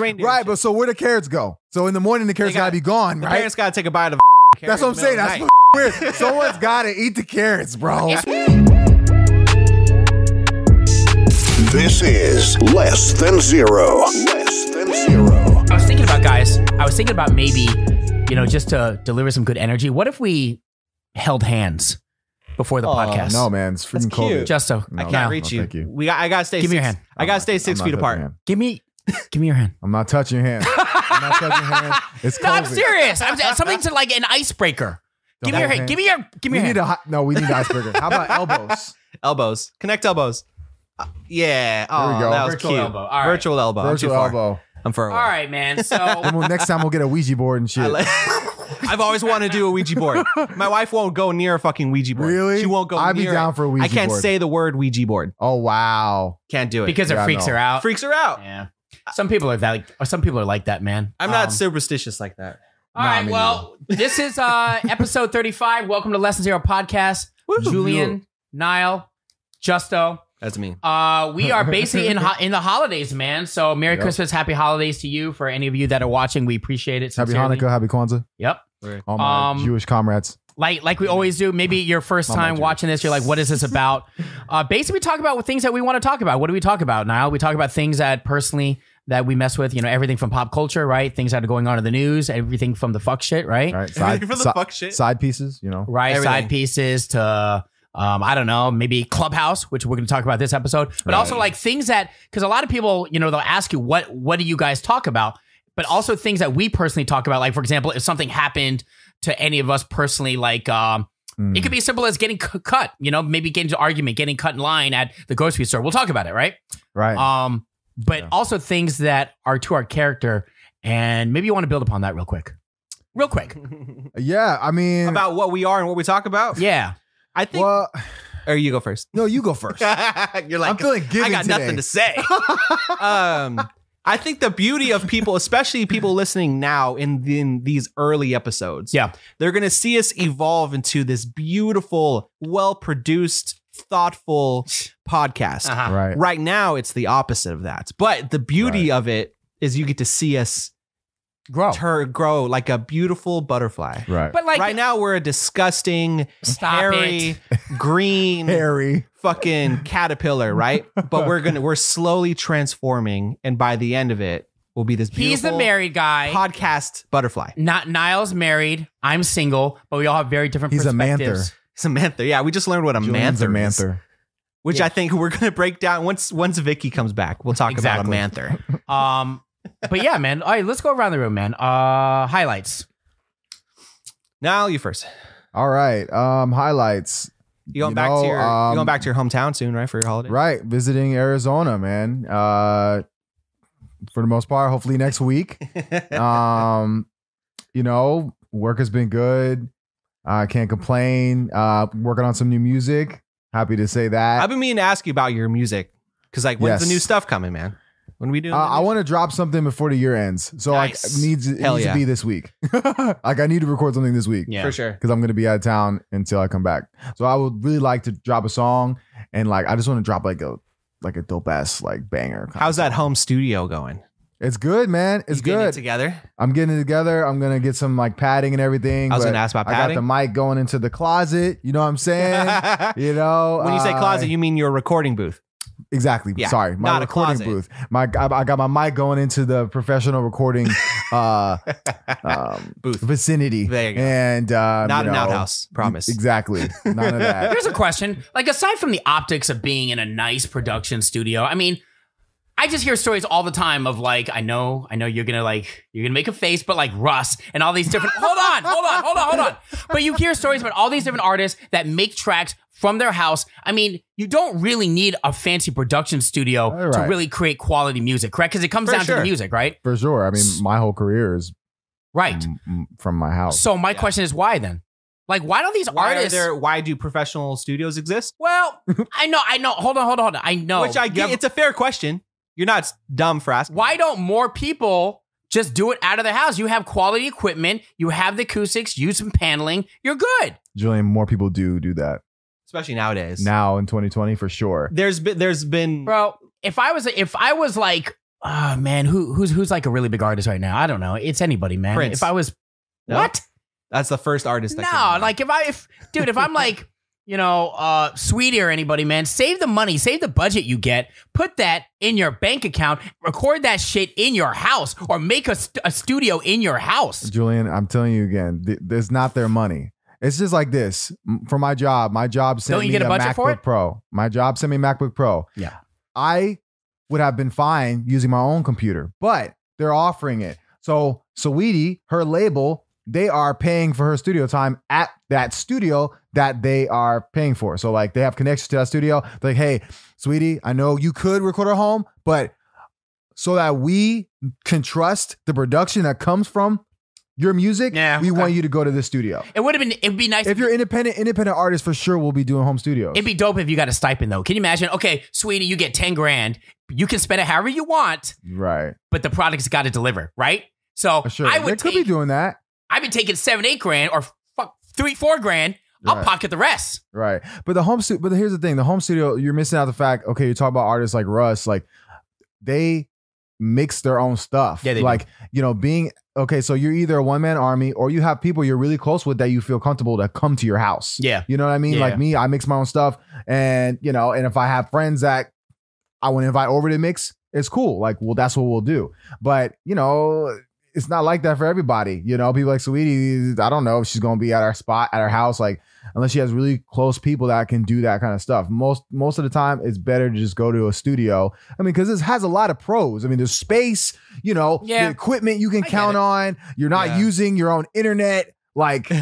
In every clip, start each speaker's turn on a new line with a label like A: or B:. A: reindeer.
B: Right, but so where the carrots go? So in the morning the carrots
A: They got-
B: got, to be gone,
A: the
B: right?
A: parents gotta take a bite of.
B: That's what I'm saying. That's f- weird. Someone's got to eat the carrots, bro.
C: This is Less Than Zero. Less Than Zero.
D: I was thinking about guys. I was thinking about maybe, you know, just to deliver some good energy. What if we held hands before the
A: Oh,
D: podcast?
B: No, man, it's freaking
A: That's cute.
B: COVID.
D: just so
B: No,
A: I can't
D: now.
B: no,
A: reach you.
B: thank you.
A: We got, I gotta stay.
D: Give me your
A: six-
D: hand.
A: I gotta stay
B: I'm
A: six
B: not
A: feet
B: touching
A: apart.
B: your hand.
D: Give me, give me your hand.
B: I'm not touching your hand. I'm not touching your hand. It's COVID.
D: No, I'm serious. I'm something to like an icebreaker.
B: Don't
D: give me your
B: hold
D: hand. Give me your. Give me
B: we
D: your
B: need
D: hand.
B: a hot, no. We need iceberg. How about elbows?
A: Elbows. Connect elbows. Uh, yeah. Oh,
B: go.
A: that was
D: Virtual
A: cute.
D: elbow. All right.
A: Virtual elbow. I'm
B: Virtual
A: too far.
B: elbow.
A: I'm far away.
D: All right, man. So
B: And we'll, next time we'll get a Ouija board and shit.
A: I like- I've always wanted to do a Ouija board. My wife won't go near a fucking Ouija board.
B: Really?
A: She won't go
B: I'd be
A: near
B: down
A: it.
B: for a Ouija
A: I can't
B: board.
A: say the word Ouija board.
B: oh wow.
A: Can't do it.
D: because
B: Yeah,
D: it
B: I
D: freaks
B: know.
D: her out.
A: freaks her out.
D: yeah. Some people are that. Like, or some people are like that, man.
A: I'm not
D: Um,
A: superstitious like that.
D: All
B: Nah,
D: right,
B: me
D: well, this is uh episode 35. Welcome to Lesson Zero Podcast. Julian, Niall, Justo.
A: That's me.
D: Uh, we are basically in ho- in the holidays, man. So Merry
B: Yep.
D: Christmas, Happy Holidays to you. For any of you that are watching, we appreciate it.
B: Happy
D: sincerely.
B: Hanukkah. Happy Kwanzaa.
D: Yep.
B: All my
D: Um,
B: Jewish comrades.
D: Like like we always do. Maybe your first
B: Oh, my
D: time
B: God.
D: watching this, you're like, what is this about? uh, basically, we talk about things that we want to talk about. What do we talk about, Niall? We talk about things that personally that we mess with. You know, everything from pop culture, right? Things that are going on in the news, everything from the fuck shit, right?
B: All right.
A: Everything
B: Side,
A: from the
B: si-
A: fuck shit.
B: side pieces. You know.
D: right
A: Everything.
D: side pieces to um, I don't know, maybe Clubhouse, which we're going to talk about this episode, but also like things that because a lot of people, you know, they'll ask you what what do you guys talk about, but also things that we personally talk about. Like for example, if something happened to any of us personally, like um,
B: Mm.
D: it could be as simple as getting c- cut, you know, maybe getting into argument, getting cut in line at the grocery store. We'll talk about it, right?
B: Right.
D: Um, but
B: Yeah.
D: also things that are to our character, and maybe you want to build upon that real quick, real quick.
B: yeah. I mean.
A: about what we are and what we talk about.
D: Yeah,
A: I think.
B: well,
A: or you go first.
B: no, you go first.
A: You're like,
B: I'm feeling giving
A: I got
B: today.
A: nothing to say. um, I think the beauty of people, especially people listening now in, in these early episodes,
D: Yeah.
A: they're gonna see us evolve into this beautiful, well produced, thoughtful podcast.
D: uh-huh.
B: Right.
A: Right now, it's the opposite of that. But the beauty of it is you get to see us
B: Oh.
D: grow.
A: tur- grow like a beautiful butterfly.
B: Right.
D: But like
A: right now, we're a disgusting,
D: Stop
A: hairy, green,
B: Harry.
A: fucking caterpillar, right? But we're gonna we're slowly transforming, and by the end of it, we'll be this.
D: He's the
A: beautiful
D: married guy.
A: podcast butterfly,
D: Not Niall's married. I'm single, but we all have very different
B: He's a
D: perspectives.
B: manther.
A: Samantha. Yeah, we just learned what a
B: Julian's
A: manther,
B: a
A: is,
B: manther.
A: which
D: Yeah.
A: I think we're gonna break down once once Vicky comes back. We'll talk
D: Exactly.
A: about a manther.
D: Um, but yeah, man. All right, let's go around the room, man. Uh, highlights.
A: Now you first.
B: All right. Um, highlights.
A: You going
B: You
A: back
B: know,
A: to your you
B: um,
A: going back to your hometown soon, right, for your holiday?
B: Right. Visiting Arizona, man. Uh, for the most part, hopefully next week. um, you know, work has been good. I can't complain. Uh, working on some new music. Happy to say that.
A: I've been meaning to ask you about your music because, like, when's the
B: Yes.
A: new stuff coming, man? When are we doing?
B: Uh,
A: the new
B: I want to drop something before the year ends, so
A: Nice.
B: like needs it
A: Hell
B: needs
A: yeah.
B: to be this week. like I need to record something this week
A: shit?
D: Yeah.
A: for sure.
B: because I'm gonna be out of town until I come back. So I would really like to drop a song, and like I just want to drop like a like a dope ass like banger. kinda
A: How's that
B: song.
A: home studio going?
B: It's good, man. It's
A: You getting it
B: good.
A: together.
B: I'm getting it together. I'm gonna get some like padding and everything.
A: I was
B: but
A: gonna ask about
B: I got
A: padding.
B: the mic going into the closet. You know what I'm saying? you know,
A: When you say
B: uh,
A: closet, you mean your recording booth.
B: Exactly.
A: Yeah,
B: Sorry, my
A: not a
B: recording
A: closet.
B: booth. My I, I got my mic going into the professional recording uh, um,
A: Booth.
B: vicinity.
A: There you go.
B: And um,
A: Not
B: you
A: an
B: know,
A: outhouse, promise.
B: Exactly. None of that.
D: Here's a question. Like, aside from the optics of being in a nice production studio, I mean, I just hear stories all the time of like, I know, I know you're gonna like, you're gonna make a face, but like Russ and all these different. hold on, hold on, hold on, hold on. But you hear stories about all these different artists that make tracks from their house. I mean, you don't really need a fancy production studio
B: All
D: to
B: right.
D: really create quality music, correct? Because it comes
A: For
D: down to
A: sure.
D: the music, right?
B: For sure. I mean, my whole career is
D: Right.
A: Mm,
B: m- m- from my house.
D: So my question is, why then? Like, why don't these
A: oh, Why are
D: artists?
A: there? Why do professional studios exist?
D: well, I know, I know. Hold on, hold on, hold on. I know.
A: Which I
D: You
A: get.
D: have-
A: it's a fair question. You're not dumb for asking.
D: why don't more people just do it out of their house? You have quality equipment, you have the acoustics, use some paneling, you're good.
B: Julian, more people do do that
A: Especially nowadays.
B: now in 2020 for sure.
A: there's been there's been
D: Bro, if I was if I was like oh man, who who's who's like a really big artist right now? I don't know. It's anybody, man.
A: Prince.
D: If I was
A: No?
D: what?
A: That's the first artist. That came to
D: No,
A: mind.
D: like if I if dude, if I'm like, you know, uh sweetie or anybody, man, save the money, save the budget you get, put that in your bank account, record that shit in your house, or make a, st- a studio in your house.
B: Julian, I'm telling you again, th- it's not their money. It's just like this. M- For my job, my job sent
D: Don't
B: me
D: you get a budget
B: MacBook
D: for it?
B: Pro. My job sent me MacBook Pro.
D: Yeah.
B: I would have been fine using my own computer, but they're offering it. So Saweetie, her label, they are paying for her studio time at that studio that they are paying for. So like they have connections to that studio. They're like, hey, Sweetie, I know you could record at home, but so that we can trust the production that comes from your music,
D: Yeah,
B: we
D: okay.
B: want you to go to the studio.
D: It would have been it'd be nice
B: If you're independent, independent artists for sure will be doing home studios.
D: It'd be dope if you got a stipend though. Can you imagine? Okay, sweetie, you get 10 grand. You can spend it however you want,
B: right.
D: but the product's got to deliver, right? So
B: For sure.
D: I
B: they
D: would
B: could be
D: take,
B: doing that.
D: I've been taking seven, eight grand or fuck three, four grand. I'll
B: Right.
D: pocket the rest.
B: Right. But the home studio, but here's the thing the home studio, you're missing out the fact, okay, you talk about artists like Russ, like they mix their own stuff.
D: Yeah, they do.
B: like, you know, being okay, so you're either a one man army or you have people you're really close with that you feel comfortable to come to your house.
D: Yeah.
B: You know what I mean?
D: Yeah.
B: Like me, I mix my own stuff. And, you know, and if I have friends that I want to invite over to mix, it's cool. Like, well, that's what we'll do. But, you know, it's not like that for everybody. You know, people like Sweetie, I don't know if she's gonna be at our spot, at our house, like unless she has really close people that can do that kind of stuff. Most most of the time it's better to just go to a studio. I mean, because this has a lot of pros. I mean, there's space, you know,
D: Yeah.
B: the equipment you can
D: I get
B: count
D: it.
B: on. You're not
A: Yeah.
B: using your own internet. Like you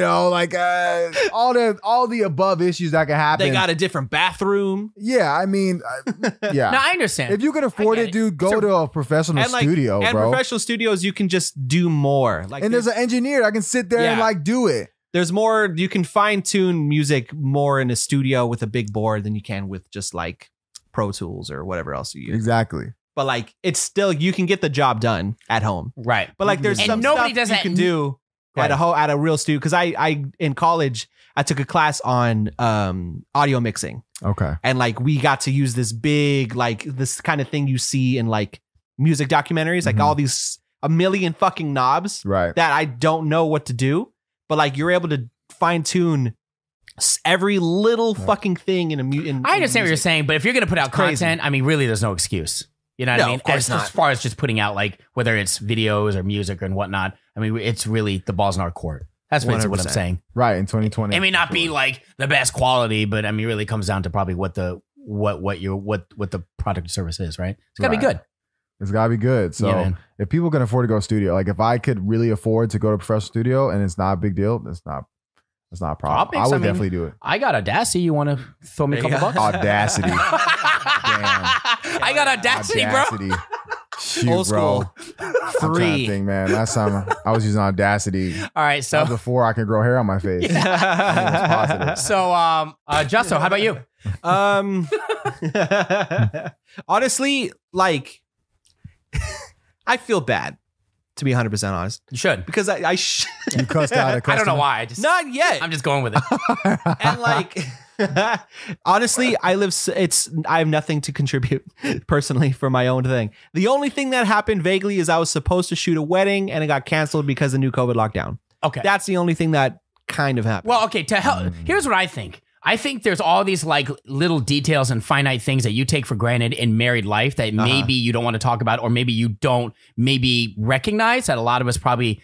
B: know, like uh, all the all the above issues that can happen.
A: they got a different bathroom.
B: yeah, I mean, uh, yeah.
D: Now I understand.
B: if you can afford
D: get
B: it,
D: it.
B: dude, go
A: a-
B: to a professional
A: and like
B: studio,
A: and
B: Oh, bro.
A: professional studios, you can just do more. Like
B: and there's an engineer that can sit there and
A: Yeah.
B: like do it.
A: there's more you can fine tune music more in a studio with a big board than you can with just like Pro Tools or whatever else you use.
B: Exactly.
A: But like it's still you can get the job done at home.
D: right.
A: But like there's
D: And
A: some
D: nobody
A: stuff
D: does
A: you
D: that
A: can
D: in-
A: do
D: Right.
A: at a whole at a real studio because I I in college I took a class on um audio mixing
B: Okay.
A: and like we got to use this big like this kind of thing you see in like music documentaries like
B: Mhm.
A: all these a million fucking knobs
B: Right.
A: that i don't know what to do but like you're able to fine-tune s- every little
B: Yeah.
A: fucking thing in a mu- in,
D: I understand what you're
A: in music.
D: saying, but if you're gonna put out
A: It's crazy.
D: content, I mean, really, there's no excuse. You know what
A: No,
D: I mean?
A: of course
D: as,
A: not.
D: as far as just putting out like whether it's videos or music and whatnot, I mean, it's really the ball's in our court. That's basically what I'm
A: 100%.
D: saying.
B: Right. In 2020.
D: it may not be
B: Sure.
D: like the best quality, but I mean, really comes down to probably what the what what your what what the product or service is, right? It's gotta be
B: Right.
D: good.
B: It's gotta be good. So
D: yeah, man.
B: if people can afford to go to studio, like if I could really afford to go to a professional studio and it's not a big deal, it's not it's not a problem.
D: Topics,
B: I would
D: I mean-
B: definitely do it.
D: I got Audacity. You want to throw me a
A: There you
D: couple
A: go.
D: bucks?
B: Audacity. Damn.
D: I got Audacity, bro.
B: Audacity. Shoot,
A: Old
B: bro.
A: school.
B: I'm trying to
A: Three.
B: think, man. Last time I was using Audacity
D: All right,
B: that was
D: so
B: before I could grow hair on my face. It's
D: so um, uh, Justo, how about you?
A: Um, honestly, like, I feel bad to be 100 percent honest
D: You should.
A: because I, I sh-
B: You cussed out a
D: I
B: customer.
D: don't know why. I just
A: not yet.
D: I'm just going with it.
A: and like honestly i live s- it's i have nothing to contribute personally for my own thing the only thing that happened vaguely is i was supposed to shoot a wedding and it got canceled because of the new covid lockdown
D: Okay.
A: that's the only thing that kind of happened
D: Well, okay. To help,
A: Mm.
D: here's what I think. I think there's all these like little details and finite things that you take for granted in married life that
A: Uh-huh.
D: maybe you don't want to talk about, or maybe you don't maybe recognize that a lot of us probably,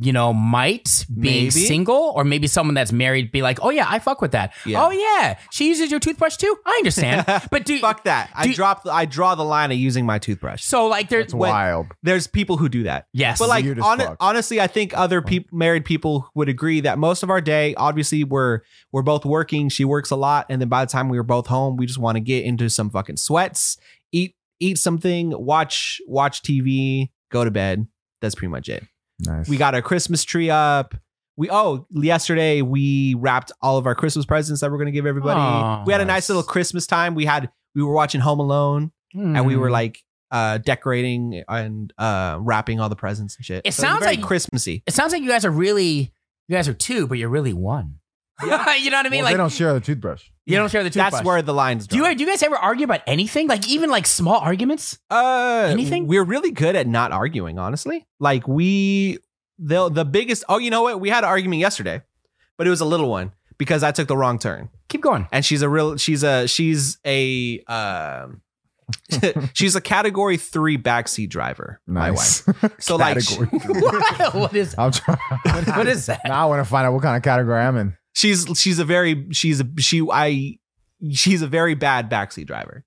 D: you know, might being
A: Maybe.
D: single, or maybe someone that's married be like, oh yeah, I fuck with that.
A: Yeah.
D: Oh yeah, she uses your toothbrush too. I understand, but do
A: fuck that i
D: do-
A: drop the- i draw the line at using my toothbrush
D: so like there's
B: It's wild.
A: there's people who do that
D: yes,
A: but like
B: Weird as
A: hon-
B: fuck.
A: honestly i think other people married people would agree that most of our day obviously we're we're both working she works a lot and then by the time we were both home we just want to get into some fucking sweats eat eat something watch watch tv go to bed that's pretty much it
B: Nice.
A: we got our christmas tree up we oh yesterday we wrapped all of our christmas presents that we're gonna give everybody
D: Aw,
A: we had a nice
B: nice.
A: little christmas time we had we were watching home alone and we
D: Hmm. Mm-hmm.
A: were like uh decorating and uh wrapping all the presents and shit.
D: It
A: was
D: sounds
A: very
D: like-
A: Christmassy.
D: It sounds like you guys are really, you guys are two, but you're really one. you know what I mean?
B: Well,
D: like
B: they don't share the toothbrush.
D: you don't share the toothbrush.
A: That's where the lines
D: Do
A: drawn.
D: you do you guys ever argue about anything? Like even like small arguments?
A: Uh,
D: Anything?
A: We're really good at not arguing, honestly. Like we, the the biggest. Oh, you know what? We had an argument yesterday, but it was a little one because I took the wrong turn,
D: Keep going.
A: and she's a real. She's a. She's a. Um, she's a category three backseat driver. My wife.
B: Nice.
A: So like, she-
B: Category three.
D: what is
B: I'm trying.
D: what is that?
B: now I want to find out what kind of category I'm in.
A: she's she's a very she's a she I she's a very bad backseat driver.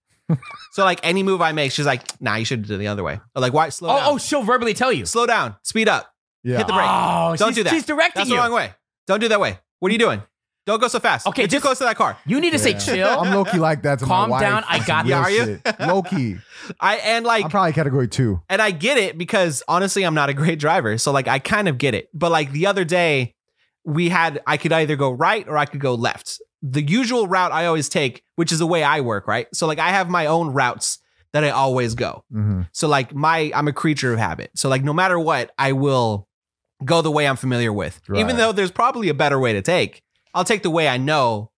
A: so like any move I make, she's like, nah, you should have done the other way. Or like, why slow down?
D: Oh, oh, she'll verbally tell you.
A: slow down, speed up.
B: Yeah.
A: Hit the brake.
D: Oh,
A: Don't
D: she's-
A: do that.
D: She's directing
A: That's
D: you.
A: the wrong way. Don't do that way. What are you doing? Don't go so fast.
D: Okay,
A: You're too
D: just-
A: close to that car.
D: You need to
B: Yeah.
D: say chill.
B: I'm Loki like that to
D: Calm
B: my wife.
D: down, I got
A: Yeah,
B: Real
A: are you?
B: shit. Loki.
A: I and like
B: I'm probably category two.
A: and I get it because honestly, I'm not a great driver. So like I kind of get it. But like the other day, we had I could either go right or I could go left. The usual route I always take, which is the way I work, right? So like I have my own routes that I always go.
B: Mhm.
A: So like my I'm a creature of habit. So like no matter what, I will go the way I'm familiar with. Even
B: Right.
A: though there's probably a better way to take, I'll take the way I know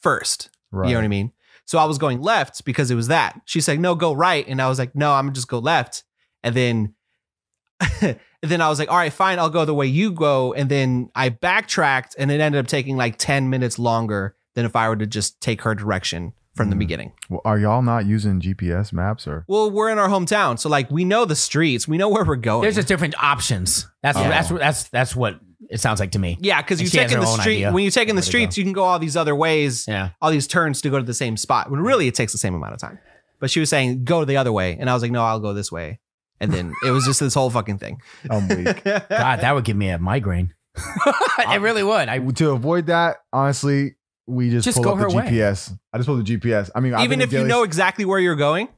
A: first.
B: Right.
A: You know what I mean? So I was going left because it was that. She said, no, go right. And I was like, no, I'm gonna just go left. And then and then I was like, all right, fine, I'll go the way you go. And then I backtracked and it ended up taking like 10 minutes longer than if I were to just take her direction from the
B: Mhm.
A: beginning.
B: Well, are y'all not using GPS maps or?
A: Well, we're in our hometown. So like we know the streets, we know where we're going.
D: There's just different options. That's
B: Yeah.
D: that's that's that's what it sounds like to me.
A: yeah, because
D: And
A: you
D: she has
A: take in
D: her
A: the
D: own
A: street
D: idea
A: when you take in the
D: where to
A: streets, you can go all these other ways,
D: Yeah.
A: all these turns to go to the same spot. When really it takes the same amount of time. But she was saying go the other way, and I was like, no, I'll go this way. And then it was just this whole fucking thing.
B: I'm weak.
D: God, that would give me a migraine. it really would. I
B: to avoid that, honestly, we just,
D: Just
B: pull
D: go
B: up the
D: her way.
B: GPS. I just pull the GPS. I mean, I've
A: Even
B: been
A: if you
B: daily-
A: know exactly where you're going,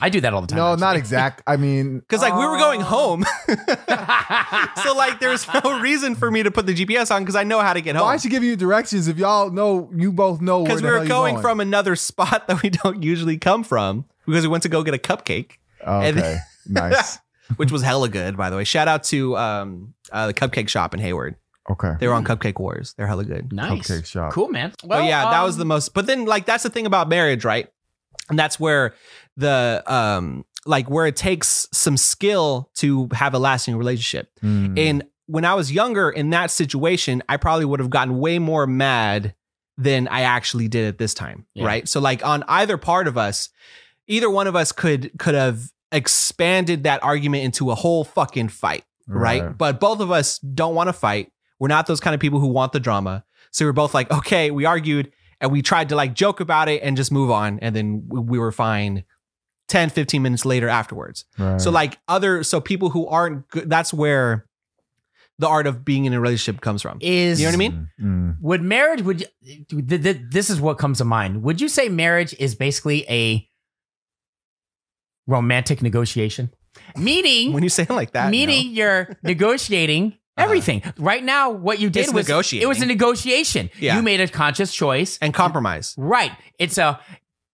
D: I do that all the time.
B: No, not
D: actually.
B: exact. I mean,
A: because like we were going
D: Oh.
A: home, so like there's no reason for me to put the GPS on because I know how to get
B: why
A: home.
B: should give you directions if y'all know you both know where
A: Because
B: the
A: we
B: hell
A: were
B: you're
A: going from another spot that we don't usually come from because we went to go get a cupcake. and-
B: Oh, Okay, nice.
A: which was hella good, by the way. Shout out to um, uh, the cupcake shop in Hayward.
B: Okay,
A: They were on Cupcake Wars. They're hella good.
D: nice.
B: cupcake shop.
D: Cool, man. Mm. Well,
A: but yeah, that was
D: um,
A: the most. But then, like, that's the thing about marriage, right? And that's where the um, like, where it takes some skill to have a lasting relationship.
B: Mm.
A: And when I was younger in that situation, I probably would have gotten way more mad than I actually did at this time,
D: Yeah.
A: right? So like on either part of us, either one of us could could have expanded that argument into a whole fucking fight, right? But both of us don't want to fight. We're not those kind of people who want the drama. So we're both like, okay, we argued and we tried to like joke about it and just move on and then we, we were fine 10 15 minutes later afterwards.
B: Right.
A: So like other so people who aren't good that's where the art of being in a relationship comes from.
D: is
A: You know what I mean?
B: Mm.
D: Would marriage would you, th- th- this is what comes to mind. Would you say marriage is basically a romantic negotiation? Meaning
A: When you say it like that. Uh-huh.
D: meaning you're negotiating everything. Right now what you did
A: It's
D: was
A: negotiating.
D: it was a negotiation.
A: Yeah.
D: You made a conscious choice.
A: no. and compromise.
D: Right. It's a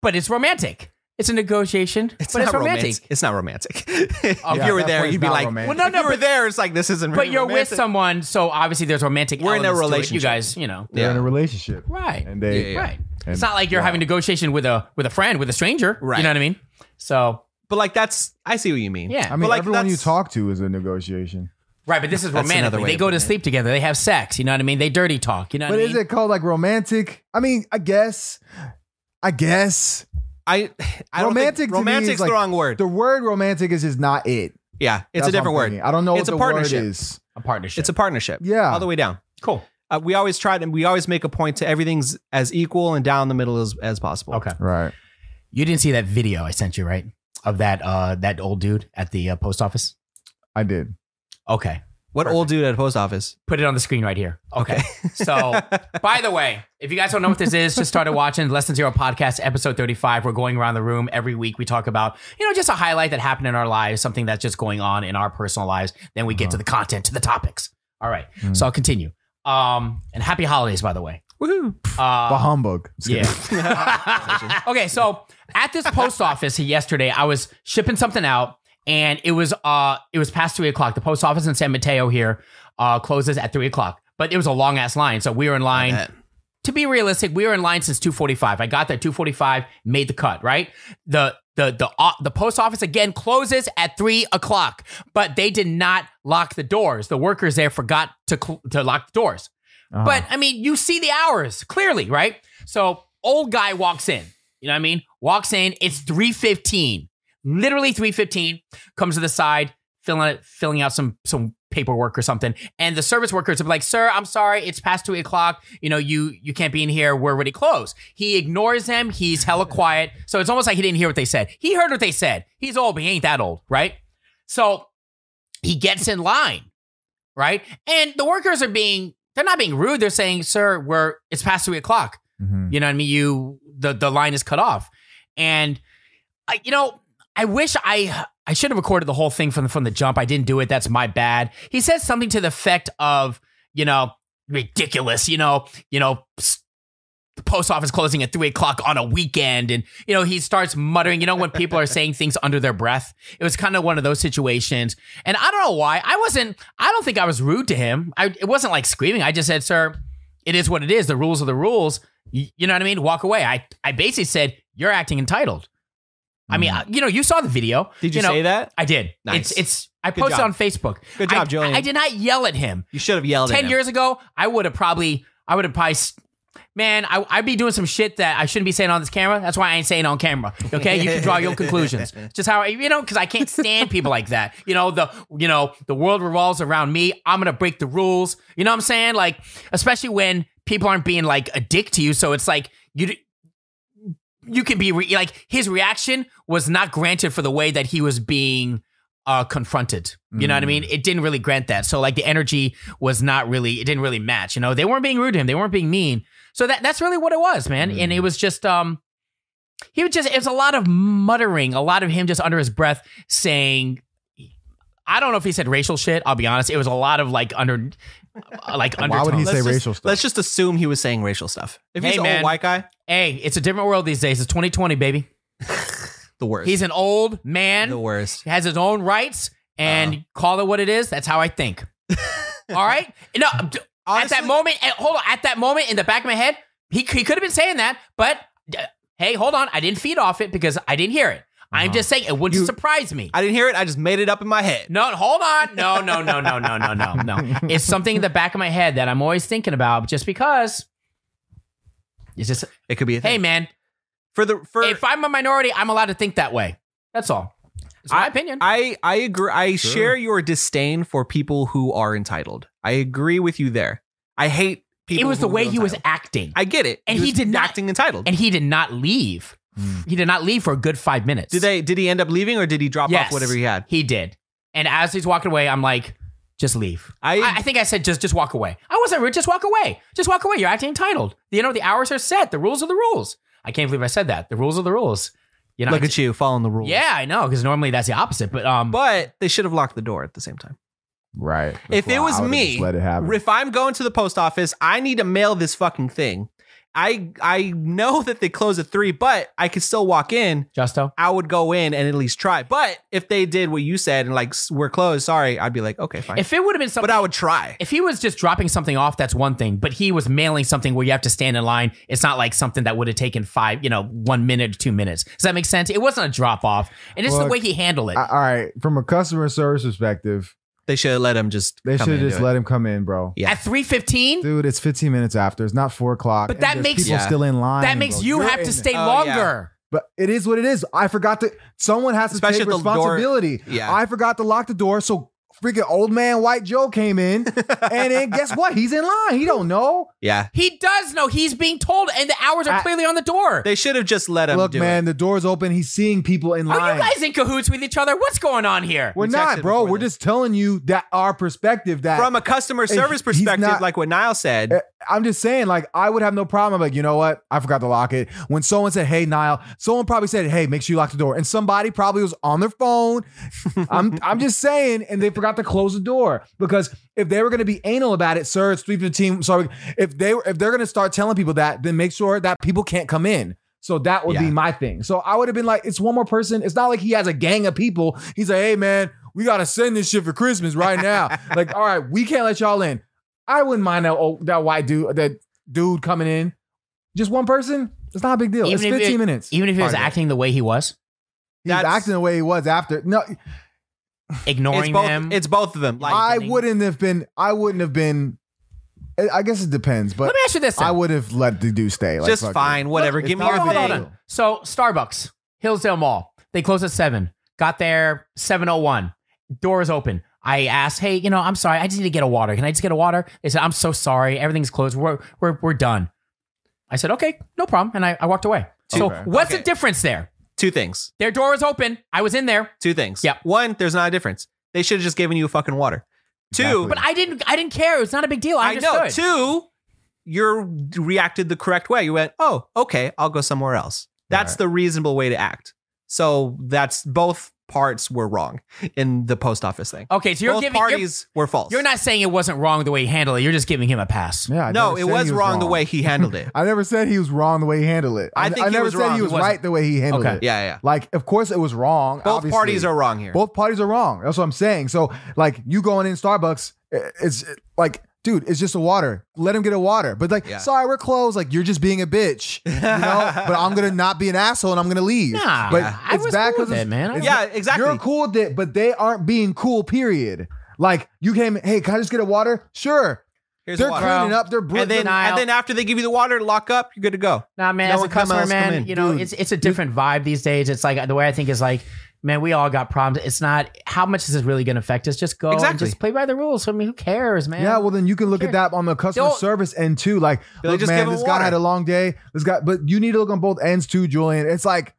D: but it's romantic. It's a negotiation,
A: It's
D: but
A: not
D: it's romantic.
A: romantic. It's not romantic. if
D: Yeah,
A: you were
B: that
A: there,
B: part's
A: you'd be
B: not
A: like
B: romantic.
D: Well, no,
A: if
D: no,
A: you were
D: but-
A: there, it's like this isn't
D: But
A: really
D: you're with
A: romantic.
D: someone, so obviously there's romantic
A: We're in a
D: elements to it.
A: relationship.
D: You guys, you know.
B: They're in
A: Yeah.
B: a relationship,
D: Right.
B: and they
A: Yeah, yeah.
D: Right.
B: and-
D: it's not like you're having negotiation with a with a friend, with a stranger.
A: Right.
D: You know what I mean? So
A: But like that's I see what you mean.
D: yeah.
B: I mean,
A: like,
B: everyone you
A: that's-
B: talk to is a negotiation.
D: right, but this is
A: That's another
D: romantic.
A: way
D: They
A: of
D: go
A: putting
D: to
A: it.
D: sleep together. They have sex. You know what I mean? They dirty talk. You know
B: But
D: what I
B: is
D: mean?
B: it called like romantic? I mean, I guess, I guess
A: I I don't romantic think,
B: Romantic to me
A: romantic's
B: is like
A: the wrong word.
B: the word romantic is just not it.
A: yeah, it's a
B: That's what
A: different
B: I'm
A: word.
B: thinking. I don't know
A: It's
B: what
A: a
B: the
A: partnership.
B: word is.
D: a partnership?
A: It's a partnership.
B: Yeah.
A: All the way down.
D: cool.
A: Uh, we always tried and we always make a point to everything's as equal and down the middle as, as possible.
D: Okay.
B: Right.
D: You didn't see that video I sent you, right? Of that uh that old dude at the uh, post office.
B: I did.
D: Okay.
A: What old dude at a post office?
D: Put it on the screen right here. Okay. so, by the way, if you guys don't know what this is, just started watching Less Than Zero podcast, episode 35. We're going around the room every week. We talk about, you know, just a highlight that happened in our lives, something that's just going on in our personal lives. Then we get to the content, to the topics. All right. So, I'll continue. Um, and happy holidays, by the way.
A: Woohoo.
B: the
D: Uh,
B: humbug. Just kidding.
D: yeah. okay. So, at this post office yesterday, I was shipping something out. And it was uh it was past three o'clock. The post office in San Mateo here uh closes at three o'clock, but it was a long ass line. So we were in line to be realistic, we were in line since 2:45. I got there 2:45, made the cut. Right. The the the o- the post office again closes at three o'clock, but they did not lock the doors. The workers there forgot to cl- to lock the doors.
B: Uh-huh.
D: But I mean, you see the hours clearly, right? So old guy walks in. You know what I mean? Walks in. It's three fifteen, literally three fifteen. Comes to the side, filling filling out some some paperwork or something. And the service workers are like, "Sir, I'm sorry, it's past two o'clock. You know, you you can't be in here. We're already closed." He ignores them. He's hella quiet. So it's almost like he didn't hear what they said. He heard what they said. He's old, but he ain't that old, right? So he gets in line, right? And the workers are being they're not being rude. They're saying, "Sir, we're it's past three o'clock.
B: Mhm.
D: You know what I mean? You the the line is cut off, and I, you know, I wish I I should have recorded the whole thing from from the jump. I didn't do it. That's my bad. He says something to the effect of, you know, ridiculous. You know, you know. s- The post office closing at three o'clock on a weekend, and you know he starts muttering. You know when people are saying things under their breath, it was kind of one of those situations. And I don't know why I wasn't. I don't think I was rude to him. I it wasn't like screaming. I just said, "Sir, it is what it is. The rules are the rules. You, you know what I mean? Walk away. I, I basically said, you're acting entitled. I mean, I- you know, you saw the video.
A: Hmm. Did you,
D: know,
A: say that?
D: I did.
A: Nice.
D: It's, it's, I
A: Good
D: posted
A: job.
D: on Facebook.
A: Good job,
D: I,
A: Julian.
D: I did not yell at him.
A: You should have yelled at
D: 10
A: him.
D: years ago, I would have probably, I would have probably, s- man, I, I'd be doing some shit that I shouldn't be saying on this camera. That's why I ain't saying on camera. Okay. You can draw your own conclusions. Just how, I- you know, cause I can't stand people like that. You know, the, you know, the world revolves around me. I'm going to break the rules. You know what I'm saying? Like, especially when people aren't being like a dick to you. So it's like, you, d- you can be re- like his reaction was not granted for the way that he was being uh confronted you know what i
B: Mm.
D: mean it didn't really grant that so like the energy was not really it didn't really match you know they weren't being rude to him they weren't being mean so that that's really what it was man and it
B: Mm.
D: was just um he was just it was a lot of muttering a lot of him just under his breath saying i don't know if he said racial shit i'll be honest it was a lot of like under like under
B: Why would he say
A: Let's just-
B: racial stuff?
A: Let's just assume he was saying racial stuff. If he's
D: Hey,
A: an
D: man.
A: old white guy,
D: hey it's a different world these days it's 2020 baby
A: the worst.
D: he's an old man
A: the worst.
D: has his own rights and
A: Uh-huh.
D: call it what it is. That's how I think. All right. No, d-
A: Honestly-
D: at that moment, eh, hold on. At that moment, in the back of my head, he, he could have been saying that, but d- hey, hold on. I didn't feed off it because I didn't hear it. I'm just saying it wouldn't
A: Uh-huh. You-
D: surprise me.
A: I didn't hear it. I just made it up in my head.
D: no, hold on. No, no, no, no, no, no, no, no. It's something in the back of my head that I'm always thinking about just because. It's just,
A: It could be a thing.
D: hey, man,
A: for the for
D: if I'm a minority, I'm allowed to think that way. That's all. It's my
A: I-
D: opinion.
A: I I agree. I
B: Sure.
A: share your disdain for people who are entitled. I agree with you there. I hate people.
D: it was
A: who
D: the way
A: feel
D: he was
A: entitled.
D: acting.
A: I get it,
D: And he
A: was
D: did not-
A: acting entitled.
D: and he did not leave. He did not leave for a good five minutes.
A: Hmm. did they? Did he end up leaving, or did he drop
D: Yes,
A: off whatever he had?
D: He did. And as he's walking away, I'm like, just leave.
A: I-
D: I, I think I said just just walk away. I wasn't rude. Just walk away. Just walk away. You're acting entitled. You know the hours are set. The rules are the rules. I can't believe I said that. The rules are the rules. You know.
A: Look
D: I-
A: at you following the rules.
D: yeah, I know. Because normally that's the opposite. But um,
A: but they should have locked the door at the same time.
B: right.
A: if
B: That's
A: it
B: why
A: was
B: I would've
A: me,
B: just let it happen.
A: If I'm going to the post office, I need to mail this fucking thing. I I know that they close at three, but I could still walk in.
D: Justo.
A: I would go in and at least try. But if they did what you said and like "S- we're closed, sorry, I'd be like, okay, fine.
D: If it would have been something.
A: but I would try.
D: if he was just dropping something off, that's one thing. But he was mailing something where you have to stand in line. It's not like something that would have taken five, you know, one minute or two minutes. Does that make sense? It wasn't a drop off, and it's the
B: Look,
D: way he handled it.
B: I- all right, from a customer service perspective,
A: They should have let him just.
B: they
A: come
B: should have
A: in and
B: just
A: do it.
B: let him come in, bro.
A: Yeah.
D: At three fifteen,
B: Dude, it's 15 minutes after. It's not four o'clock.
D: But
B: and
D: that
B: there's
D: makes-
B: people
A: Yeah.
B: still in line.
D: that makes
B: bro.
D: you
B: You're
D: have to
B: in-
D: stay
A: Oh, yeah.
D: longer.
B: But it is what it is. I forgot to. Someone has to
A: Especially
B: take
A: if the door-
B: responsibility.
A: Yeah.
B: I forgot to lock the door, so freaking old man White Joe came in, and then guess what? He's in line. He don't know.
A: Yeah.
D: He does know. He's being told, and the hours are
B: I-
D: clearly on the door.
A: They should have just let him
B: Look,
A: do
B: man, the door's open. He's seeing people in
D: Are
B: line.
D: you guys in cahoots with each other? What's going on here?
B: We're
A: We
B: not,
A: texted
B: bro.
A: before
B: We're
A: this.
B: just telling you that our perspective.
A: it.
B: That
A: From a customer service
B: he's
A: perspective,
B: not-
A: like what Niall said,
B: Eh, I'm just saying, like, I would have no problem. I'm like, you know what? I forgot to lock it. When someone said, "Hey, Niall," someone probably said, "Hey, make sure you lock the door," and somebody probably was on their phone. I'm, I'm just saying, and they forgot to close the door because if they were going to be anal about it, sir, it's three fifteen. Sorry, if they were, if they're going to start telling people that, then make sure that people can't come in. So that would be
A: Yeah.
B: my thing. So I would have been like, it's one more person. It's not like he has a gang of people. He's like, hey man, we gotta send this shit for Christmas right now. oh, like, all right, we can't let y'all in. I wouldn't mind that old, that white dude, that dude coming in. Just one person? It's not a big deal.
D: Even
B: it's
D: if it-
B: 15 minutes.
D: Even if he was
B: Part of it.
D: acting the way he was,
B: He's
A: That's-
B: acting the way he was after. No,
A: It's
D: ignoring
A: both.
D: them.
A: It's both of them. Like
B: I
D: getting-
B: wouldn't have been. I wouldn't have been. I I guess it depends, but
D: Let me ask you this. then.
B: I would have let the dude stay. Like,
A: just
B: fuck it.
A: fine, whatever.
B: It's
A: Give me
B: not
A: your
B: a big
A: thing.
B: deal.
D: on. So Starbucks, Hillsdale Mall, they close at seven. Got there seven oh one. Door is open. I asked, hey, you know, I'm sorry, I just need to get a water. Can I just get a water? They said, I'm so sorry, everything's closed. We're we're we're done. I said, okay, no problem, and I, I walked away. So
B: Okay.
D: what's
A: Okay.
D: the difference there?
A: Two things.
D: Their door is open. I was in there,
A: Two things.
D: Yeah.
A: One, there's not a difference. They should have just given you a fucking water. Two,
B: Exactly.
D: but I didn't. I didn't care. It's not a big deal. I,
A: I know.
D: understood.
A: Two, you reacted the correct way. You went, oh, okay, I'll go somewhere else. That's
B: Right.
A: the reasonable way to act. So that's both parts were wrong in the post office thing.
D: Okay, so you're
A: both
D: giving. You're,
A: parties were false.
D: you're not saying it wasn't wrong the way he handled it. You're just giving him a pass.
B: Yeah, I
A: no,
B: never
A: it
B: said he
A: was wrong, the way he handled it.
B: I never said he was wrong the way he handled it.
A: I
B: I,
A: think
B: I
A: he
B: never
A: was
B: said
A: wrong.
B: he was
D: He wasn't.
B: right the way he handled
D: Okay.
B: it.
A: yeah, yeah.
B: Like, of course, it was wrong.
A: Both
B: obviously.
A: parties are wrong here.
B: both parties are wrong. That's what I'm saying. So, like, you going in Starbucks, i- it's it- like, dude, it's just a water. Let him get a water. But like,
A: Yeah.
B: sorry, we're closed. Like, you're just being a bitch, you know. but I'm gonna not be an asshole and I'm gonna leave.
D: Nah,
B: but
D: I was cool with
B: it's-
D: that, man. I-
B: it's-
A: yeah, exactly.
B: You're cool with it, but they aren't being cool. Period. Like, you came. Hey, can I just get a water? Sure.
A: Here's the
B: they're
A: water.
B: cleaning up. They're br-
A: and then,
D: Denial.
A: and then after they give you the water, lock up. You're good to go.
D: Nah, man,
A: No
D: as
A: one
D: a
A: come
D: customer,
A: else come
D: man,
A: in.
D: you know,
B: Dude.
D: it's it's a different vibe these days. It's like the way I think is like, man, we all got problems. It's not how much is this really going to affect us? Just go and
A: Exactly.
D: just play by the rules. I mean, who cares, man?
B: Yeah, well, then you can look
D: Sure.
B: at that on the customer
D: Don't-
B: service end too. Like,
A: They'll
B: look,
A: just give
B: man,
A: them
B: this
A: water.
B: guy had a long day. This guy, but you need to look on both ends too, Julian. It's like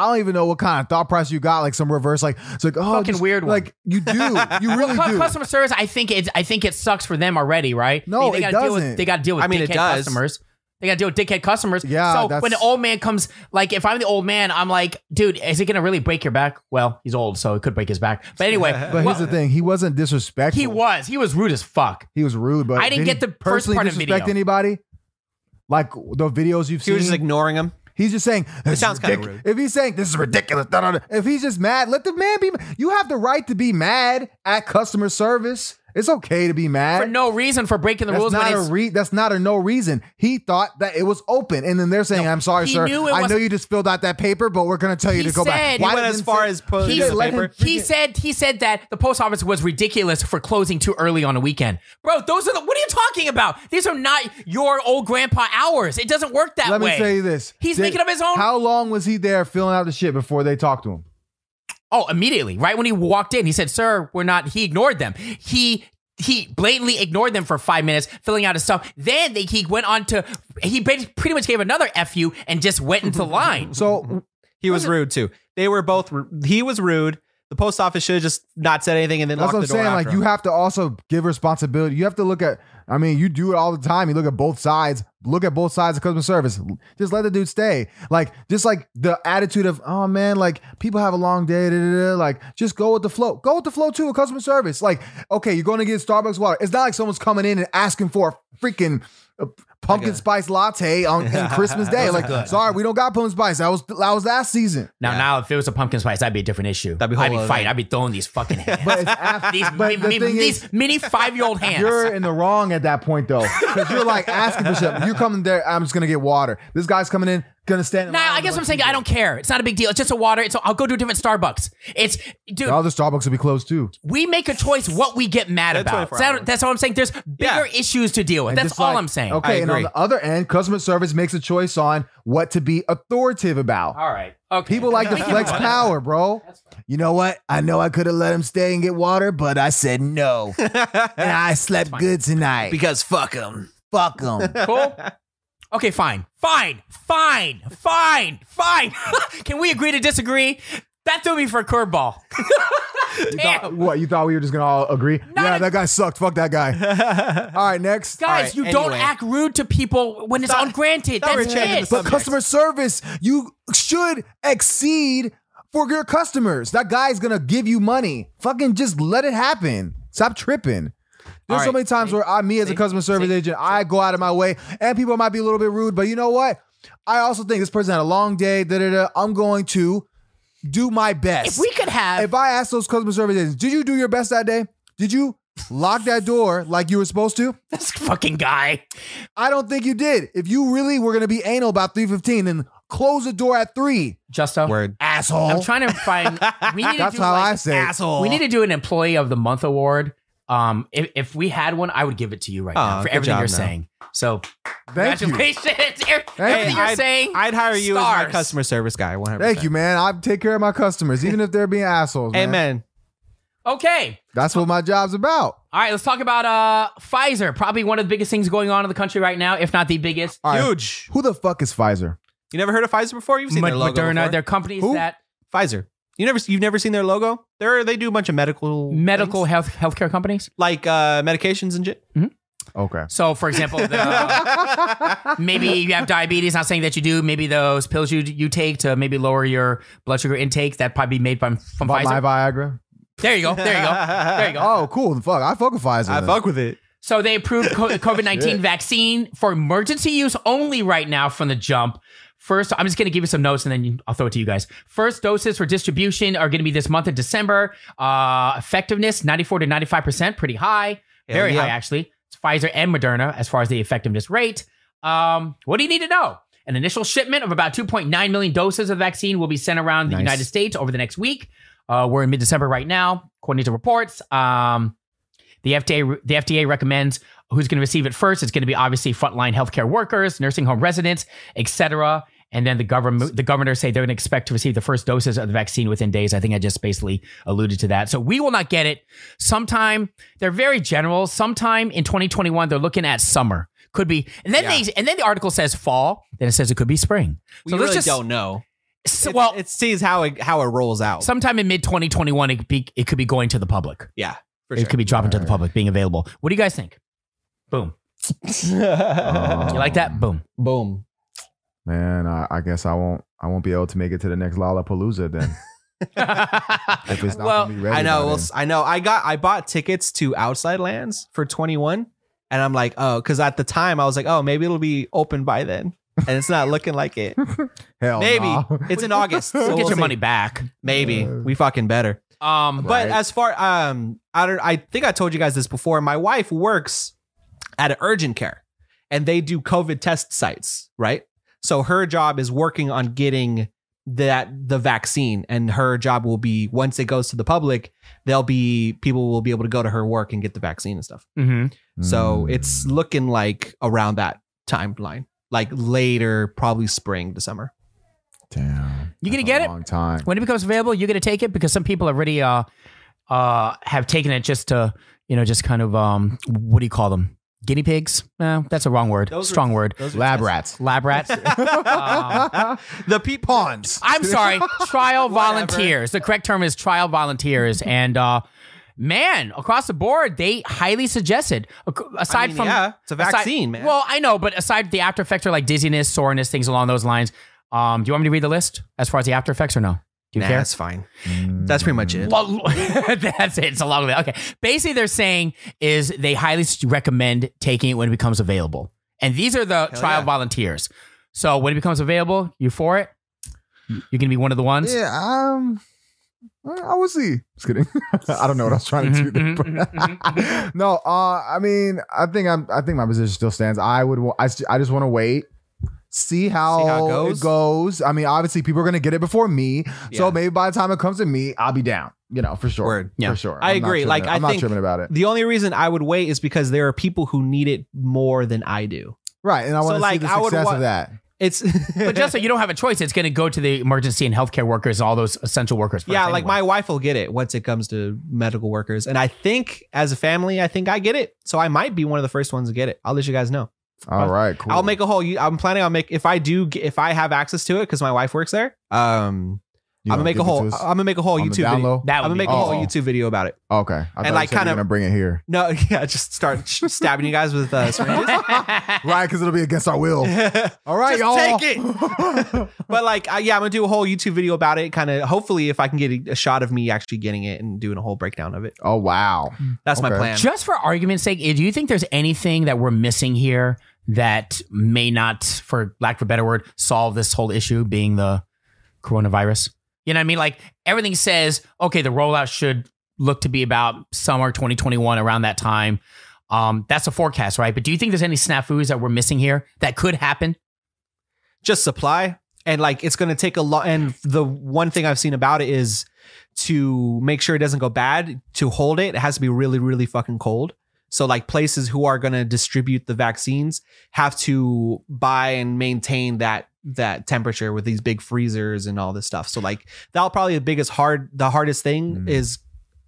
B: I don't even know what kind of thought process you got. Like some reverse, like it's like oh,
D: Fucking
B: just-
D: weird one.
B: Like you do, you really
D: Cu-
B: do.
D: customer service. I think it. I think it sucks for them already, right?
B: No,
D: they,
B: it
D: gotta Deal with,
B: doesn't.
D: they got to deal with
A: I mean,
D: dickhead
A: it does.
D: customers. They got to deal with dickhead customers.
B: Yeah,
D: So
B: that's-
D: when an old man comes, like if I'm the old man, I'm like, dude, is it going to really break your back? Well, he's old, so it could break his back. But anyway,
B: But
D: well,
B: here's the thing: he wasn't disrespectful.
D: he was. He was rude as fuck.
B: He was rude, but
D: I didn't
B: did
D: get
B: he
D: the first
B: personally
D: part of
B: disrespect
D: video.
B: anybody. Like the videos you've
A: He was
B: seen,
A: just ignoring him.
B: he's just saying. This is
A: sounds kinda
B: ridic-"
A: rude.
B: If he's saying this is ridiculous, da, da, da," if he's just mad, let the man be. You have the right to be mad at customer service. It's okay to be mad
D: For no reason for breaking the
B: That's
D: rules. when
B: not a
D: it's-
B: re- That's not a no reason. He thought that it was open, and then they're saying,
D: No,
B: "I'm sorry,
D: he
B: sir.
D: knew it
B: I know
D: wasn't-
B: you just filled out that paper, but we're going to tell you
D: He
B: to go
D: said-
B: back."
D: He
A: went
B: didn't
A: as
B: it
A: far
B: say-
A: as putting
D: He,
A: Did they
B: let him
A: paper?
D: he
B: freaking-
D: said he said that the post office was ridiculous for closing too early on a weekend. Bro, those are the what are you talking about? These are not your old grandpa hours. It doesn't work that
B: Let
D: way.
B: me tell you this.
D: He's
B: Did-
D: making up his own-
B: How long was he there filling out the shit before they talked to him?
D: Oh, immediately, right when he walked in, he said, "Sir, we're not." He ignored them. He he blatantly ignored them for five minutes, filling out his stuff. Then they, he went on to he ba- pretty much gave another fu and just went into line.
B: So
A: He was rude too. They were both. ru- He was rude. The post office should have just not said anything and then
B: that's
A: locked
B: what I'm
A: the door
B: saying.
A: after
B: Like
A: him.
B: you have to also give responsibility. You have to look at. I mean, you do it all the time. You look at both sides. Look at both sides of customer service. Just let the dude stay. Like just like the attitude of, oh man, like people have a long day. Da, da, da. Like just go with the flow. Go with the flow too. With customer service, like okay, you're going to get Starbucks water. It's not like someone's coming in and asking for a freaking. uh, Pumpkin spice latte on, on Christmas Day. Like, sorry, we don't got pumpkin spice. That was that was last season.
D: Now, now, if it was a pumpkin spice, that'd be a different issue.
A: That'd be a whole
D: I'd be
A: other
D: fighting.
A: thing.
D: I'd be throwing these fucking hands.
B: But it's after,
D: these
B: but
D: mi-
B: the
D: mi-
B: thing is-
D: these mini five year old hands.
B: You're in the wrong at that point though, because you're like asking for something. You're coming there. I'm just gonna get water. This guy's coming in, gonna stand. in
D: now,
B: line
D: I
B: with
D: guess
B: a
D: I'm
B: bunch
D: saying I don't care. It's not a big deal. It's just a water. It's I'll go to a different Starbucks. It's dude.
B: of people. All the Starbucks will be closed too.
D: we make a choice what we get mad
A: That's
D: about.
A: 24
D: That-
A: hours.
D: that's all I'm saying. There's bigger issues to deal with.
B: And
D: That's
B: just
D: all
B: like-
D: I'm
A: I
D: saying.
B: Okay, and on
A: agree.
B: the other end, customer service makes a choice on what to be authoritative about.
D: All right. Okay.
B: People like to
D: We can
B: flex
D: move on.
B: power, bro. You know what? I know I could have let him stay and get water, but I said no, and I slept good tonight.
A: because fuck him.
B: Fuck him.
D: Cool. Okay, fine. Fine. Fine. Fine. Fine. Can we agree to disagree? That threw me for a curveball. Damn.
B: What you thought we were just gonna all agree? yeah,
D: a-
B: that guy sucked. Fuck that guy. all right, next.
D: Guys,
A: right,
D: you don't
A: anyway.
D: act rude to people when it's
A: Stop-
D: ungranted.
A: stop
D: That's
A: rejecting
D: it.
A: the
B: But customer service, you should exceed for your customers. That guy's gonna give you money. Fucking just let it happen. Stop tripping.
A: All
B: There's so
A: right.
B: many times where I, me as a customer service agent, I go out of my way, and people might be a little bit rude, but you know what? I also think this person had a long day. Da da da. I'm going to do my best.
D: If we could have
B: if I ask those customer service agents, did you do your best that day? Did you lock that door like you were supposed to?
D: This fucking guy.
B: I don't think you did. If you really were going to be anal about 315, then close the door at 3,
D: Justo.
A: Word.
B: asshole.
D: I'm trying to find. We need
B: That's
D: to do
B: how
D: like,
B: I say it.
A: Asshole.
D: We need to do an employee of the month award. Um, if, if we had one, I would give it to you right
A: Aw,
D: now for
A: good
D: everything
A: job,
D: you're
A: no.
D: saying. So
B: Thank you.
D: congratulations, everything
B: you.
D: you're
A: I'd-
D: saying.
A: I'd hire you as my
D: Stars.
A: customer service guy. 100%.
B: Thank you, man. I take care of my customers, even if they're being assholes. man.
A: Amen.
D: okay,
B: That's what my job's about.
D: all right. Let's talk about uh Pfizer. Probably one of the biggest things going on in the country right now, if not the biggest.
B: All right.
A: Huge.
B: Who the fuck is Pfizer?
A: You never heard of Pfizer before? You've seen their logo
D: Moderna,
A: before.
D: their companies
B: Who?
D: that
A: Pfizer. You never you've never seen their logo? They're they do a bunch of medical
D: medical
A: things,
D: health healthcare companies.
A: like uh medications and shit.
B: Okay.
D: So, for example, the, maybe you have diabetes. Not saying that you do. Maybe those pills you you take to maybe lower your blood sugar intake that probably made from, from
B: Bought
D: Pfizer.
B: my Viagra.
D: There you go. There you go. There you go.
B: Oh, cool. Fuck. I fuck with Pfizer.
A: I
B: then.
A: fuck with it.
D: So they approved co- COVID 19
B: Shit.
D: vaccine for emergency use only right now from the jump. First, I'm just going to give you some notes and then you- I'll throw it to you guys. First doses for distribution are going to be this month of December. Uh, effectiveness 94 to 95%, pretty high. Very
A: yeah.
D: high, actually. It's Pfizer and Moderna as far as the effectiveness rate. Um, what do you need to know? An initial shipment of about 2.9 million doses of vaccine will be sent around the
A: Nice.
D: United States over the next week. Uh, we're in mid December right now, according to reports. Um, the FDA the FDA recommends who's going to receive it first. It's going to be obviously frontline healthcare workers, nursing home residents, etc. And then the government the governors say they're going to expect to receive the first doses of the vaccine within days. I think I just basically alluded to that. So we will not get it sometime. They're very general. Sometime in 2021, they're looking at summer. Could be, and then
A: Yeah.
D: they, and then the article says fall. Then it says it could be spring.
A: We
D: So let's
A: really
D: just-
A: don't know.
D: So,
A: It-
D: well,
A: it sees how it how it rolls out.
D: sometime in mid 2021, it could be it could be going to the public.
A: yeah, for
D: It
A: sure.
D: could be dropping to the
B: Alright.
D: public, being available. What do you guys think? Boom. You like
A: Um,
D: that? Boom.
A: Boom.
B: Man, I, I guess I won't. I won't be able to make it to the next Lollapalooza then. If it's not
D: well,
B: gonna be ready
A: I know.
B: by
A: Well,
B: then.
A: s- I know. I got. I bought tickets to Outside Lands for 21, and I'm like, oh, because at the time I was like, oh, maybe it'll be open by then, and it's not looking like it.
B: Hell,
A: maybe
B: nah.
A: it's in August. so
D: we'll get
A: we'll
D: your
A: see.
D: money back.
A: Maybe
B: Uh,
A: we fucking better.
D: Um, but
A: But
B: Right.
A: as far um, I don't. I think I told you guys this before. My wife works at an urgent care, and they do COVID test sites, right? So her job is working on getting that the vaccine, and her job will be once it goes to the public, they'll be people will be able to go to her work and get the vaccine and stuff.
D: Mhm.
A: So
B: Mm.
A: it's looking like around that timeline, like later, probably spring to summer.
B: Mm. damn.
D: You
B: That's a
D: gonna get it?
B: Long time.
D: when it becomes available, you're going to take it because some people already uh, uh, have taken it just to, you know, just kind of, um, what do you call them? Guinea pigs? No, that's a wrong word.
A: Those are-
D: Strong word.
A: Those
B: Lab rats.
D: Lab rats. Um,
A: the peep
B: Pawns.
D: I'm sorry, trial volunteers. The correct term is trial volunteers. And uh, man, across the board, they highly suggested. Ac- Aside
A: I mean,
D: from
A: yeah, it's a
D: aside-
A: vaccine, man.
D: Well, I know, but aside the after effects are like dizziness, soreness, things along those lines. Um, do you want me to read the list as far as the after effects or no? Do you
A: nah,
D: care?
A: that's fine. That's pretty much it.
D: Well, that's it. It's a long way. Okay. Basically, they're saying is they highly s- recommend taking it when it becomes available. And these are the trial
A: yeah.
D: volunteers. So when it becomes available, you for it. You're gonna be one of the ones.
B: Yeah. Um. I will see. Just kidding. I don't know what I was trying to do. There,
D: Mhm,
B: but
A: Mm-hmm,
D: mhm, mhm,
B: no. Uh. I mean, I think I'm. I think my position still stands. I would. wa- I. s- I just want to wait. See how,
A: See how it goes.
B: goes. I mean, obviously, people are gonna get it before me.
A: Yeah.
B: So maybe by the time it comes to me, I'll be down. You know, for sure.
A: Word.
D: Yeah.
B: For sure.
A: I
B: I'm not
A: agree.
B: tripping-
A: Like, I
B: I'm not
A: think-
B: tripping about it.
A: The only reason I would wait is because there are people who need it more than I do.
B: Right. And I
A: So,
B: want to
A: like,
B: see the
A: I would
B: success
A: wa-
B: of that.
A: It's
D: but just so you don't have a choice, it's gonna go to the emergency and healthcare workers, all those essential workers. First
A: yeah, like
D: anyway.
A: my wife will get it once it comes to medical workers, and I think as a family, I think I get it, so I might be one of the first ones to get it. I'll let you guys know.
B: All right. Cool.
A: I'll make a whole. I'm planning on make if I do get- if I have access to it because my wife works there. Um,
B: You
A: I'm gonna
B: gonna
A: make a
B: give it
A: whole. uh,
B: to us
A: I'm gonna make a whole
B: on the
A: YouTube.
B: down
A: Video.
B: low?
D: that
A: I'm
D: would
A: gonna
D: be
A: make a whole
B: Oh.
A: YouTube video about it.
B: Okay. I thought you
A: like,
B: said you were
A: kinda-
B: gonna bring it here.
A: No, yeah, just start stabbing you guys with uh, syringes.
B: Right, because it'll be against our will. All
A: Just
B: right, y'all.
A: take
B: it.
A: but like, I, yeah, I'm gonna do a whole YouTube video about it. Kind of, hopefully, if I can get a, a shot of me actually getting it and doing a whole breakdown of it.
B: oh wow.
A: That's my
B: Okay.
A: plan.
D: Just for argument's sake, do you think there's anything that we're missing here that may not, for lack of a better word, solve this whole issue being the coronavirus? You know what I mean? Like everything says, okay, the rollout should look to be about summer 2021 around that time. Um, that's a forecast, right? But do you think there's any snafus that we're missing here that could happen?
A: just supply and like it's going to take a lot and the one thing i've seen about it is to make sure it doesn't go bad to hold it it has to be really really fucking cold so like places who are going to distribute the vaccines have to buy and maintain that that temperature with these big freezers and all this stuff so like that'll probably the biggest hard the hardest thing
B: Mm.
A: is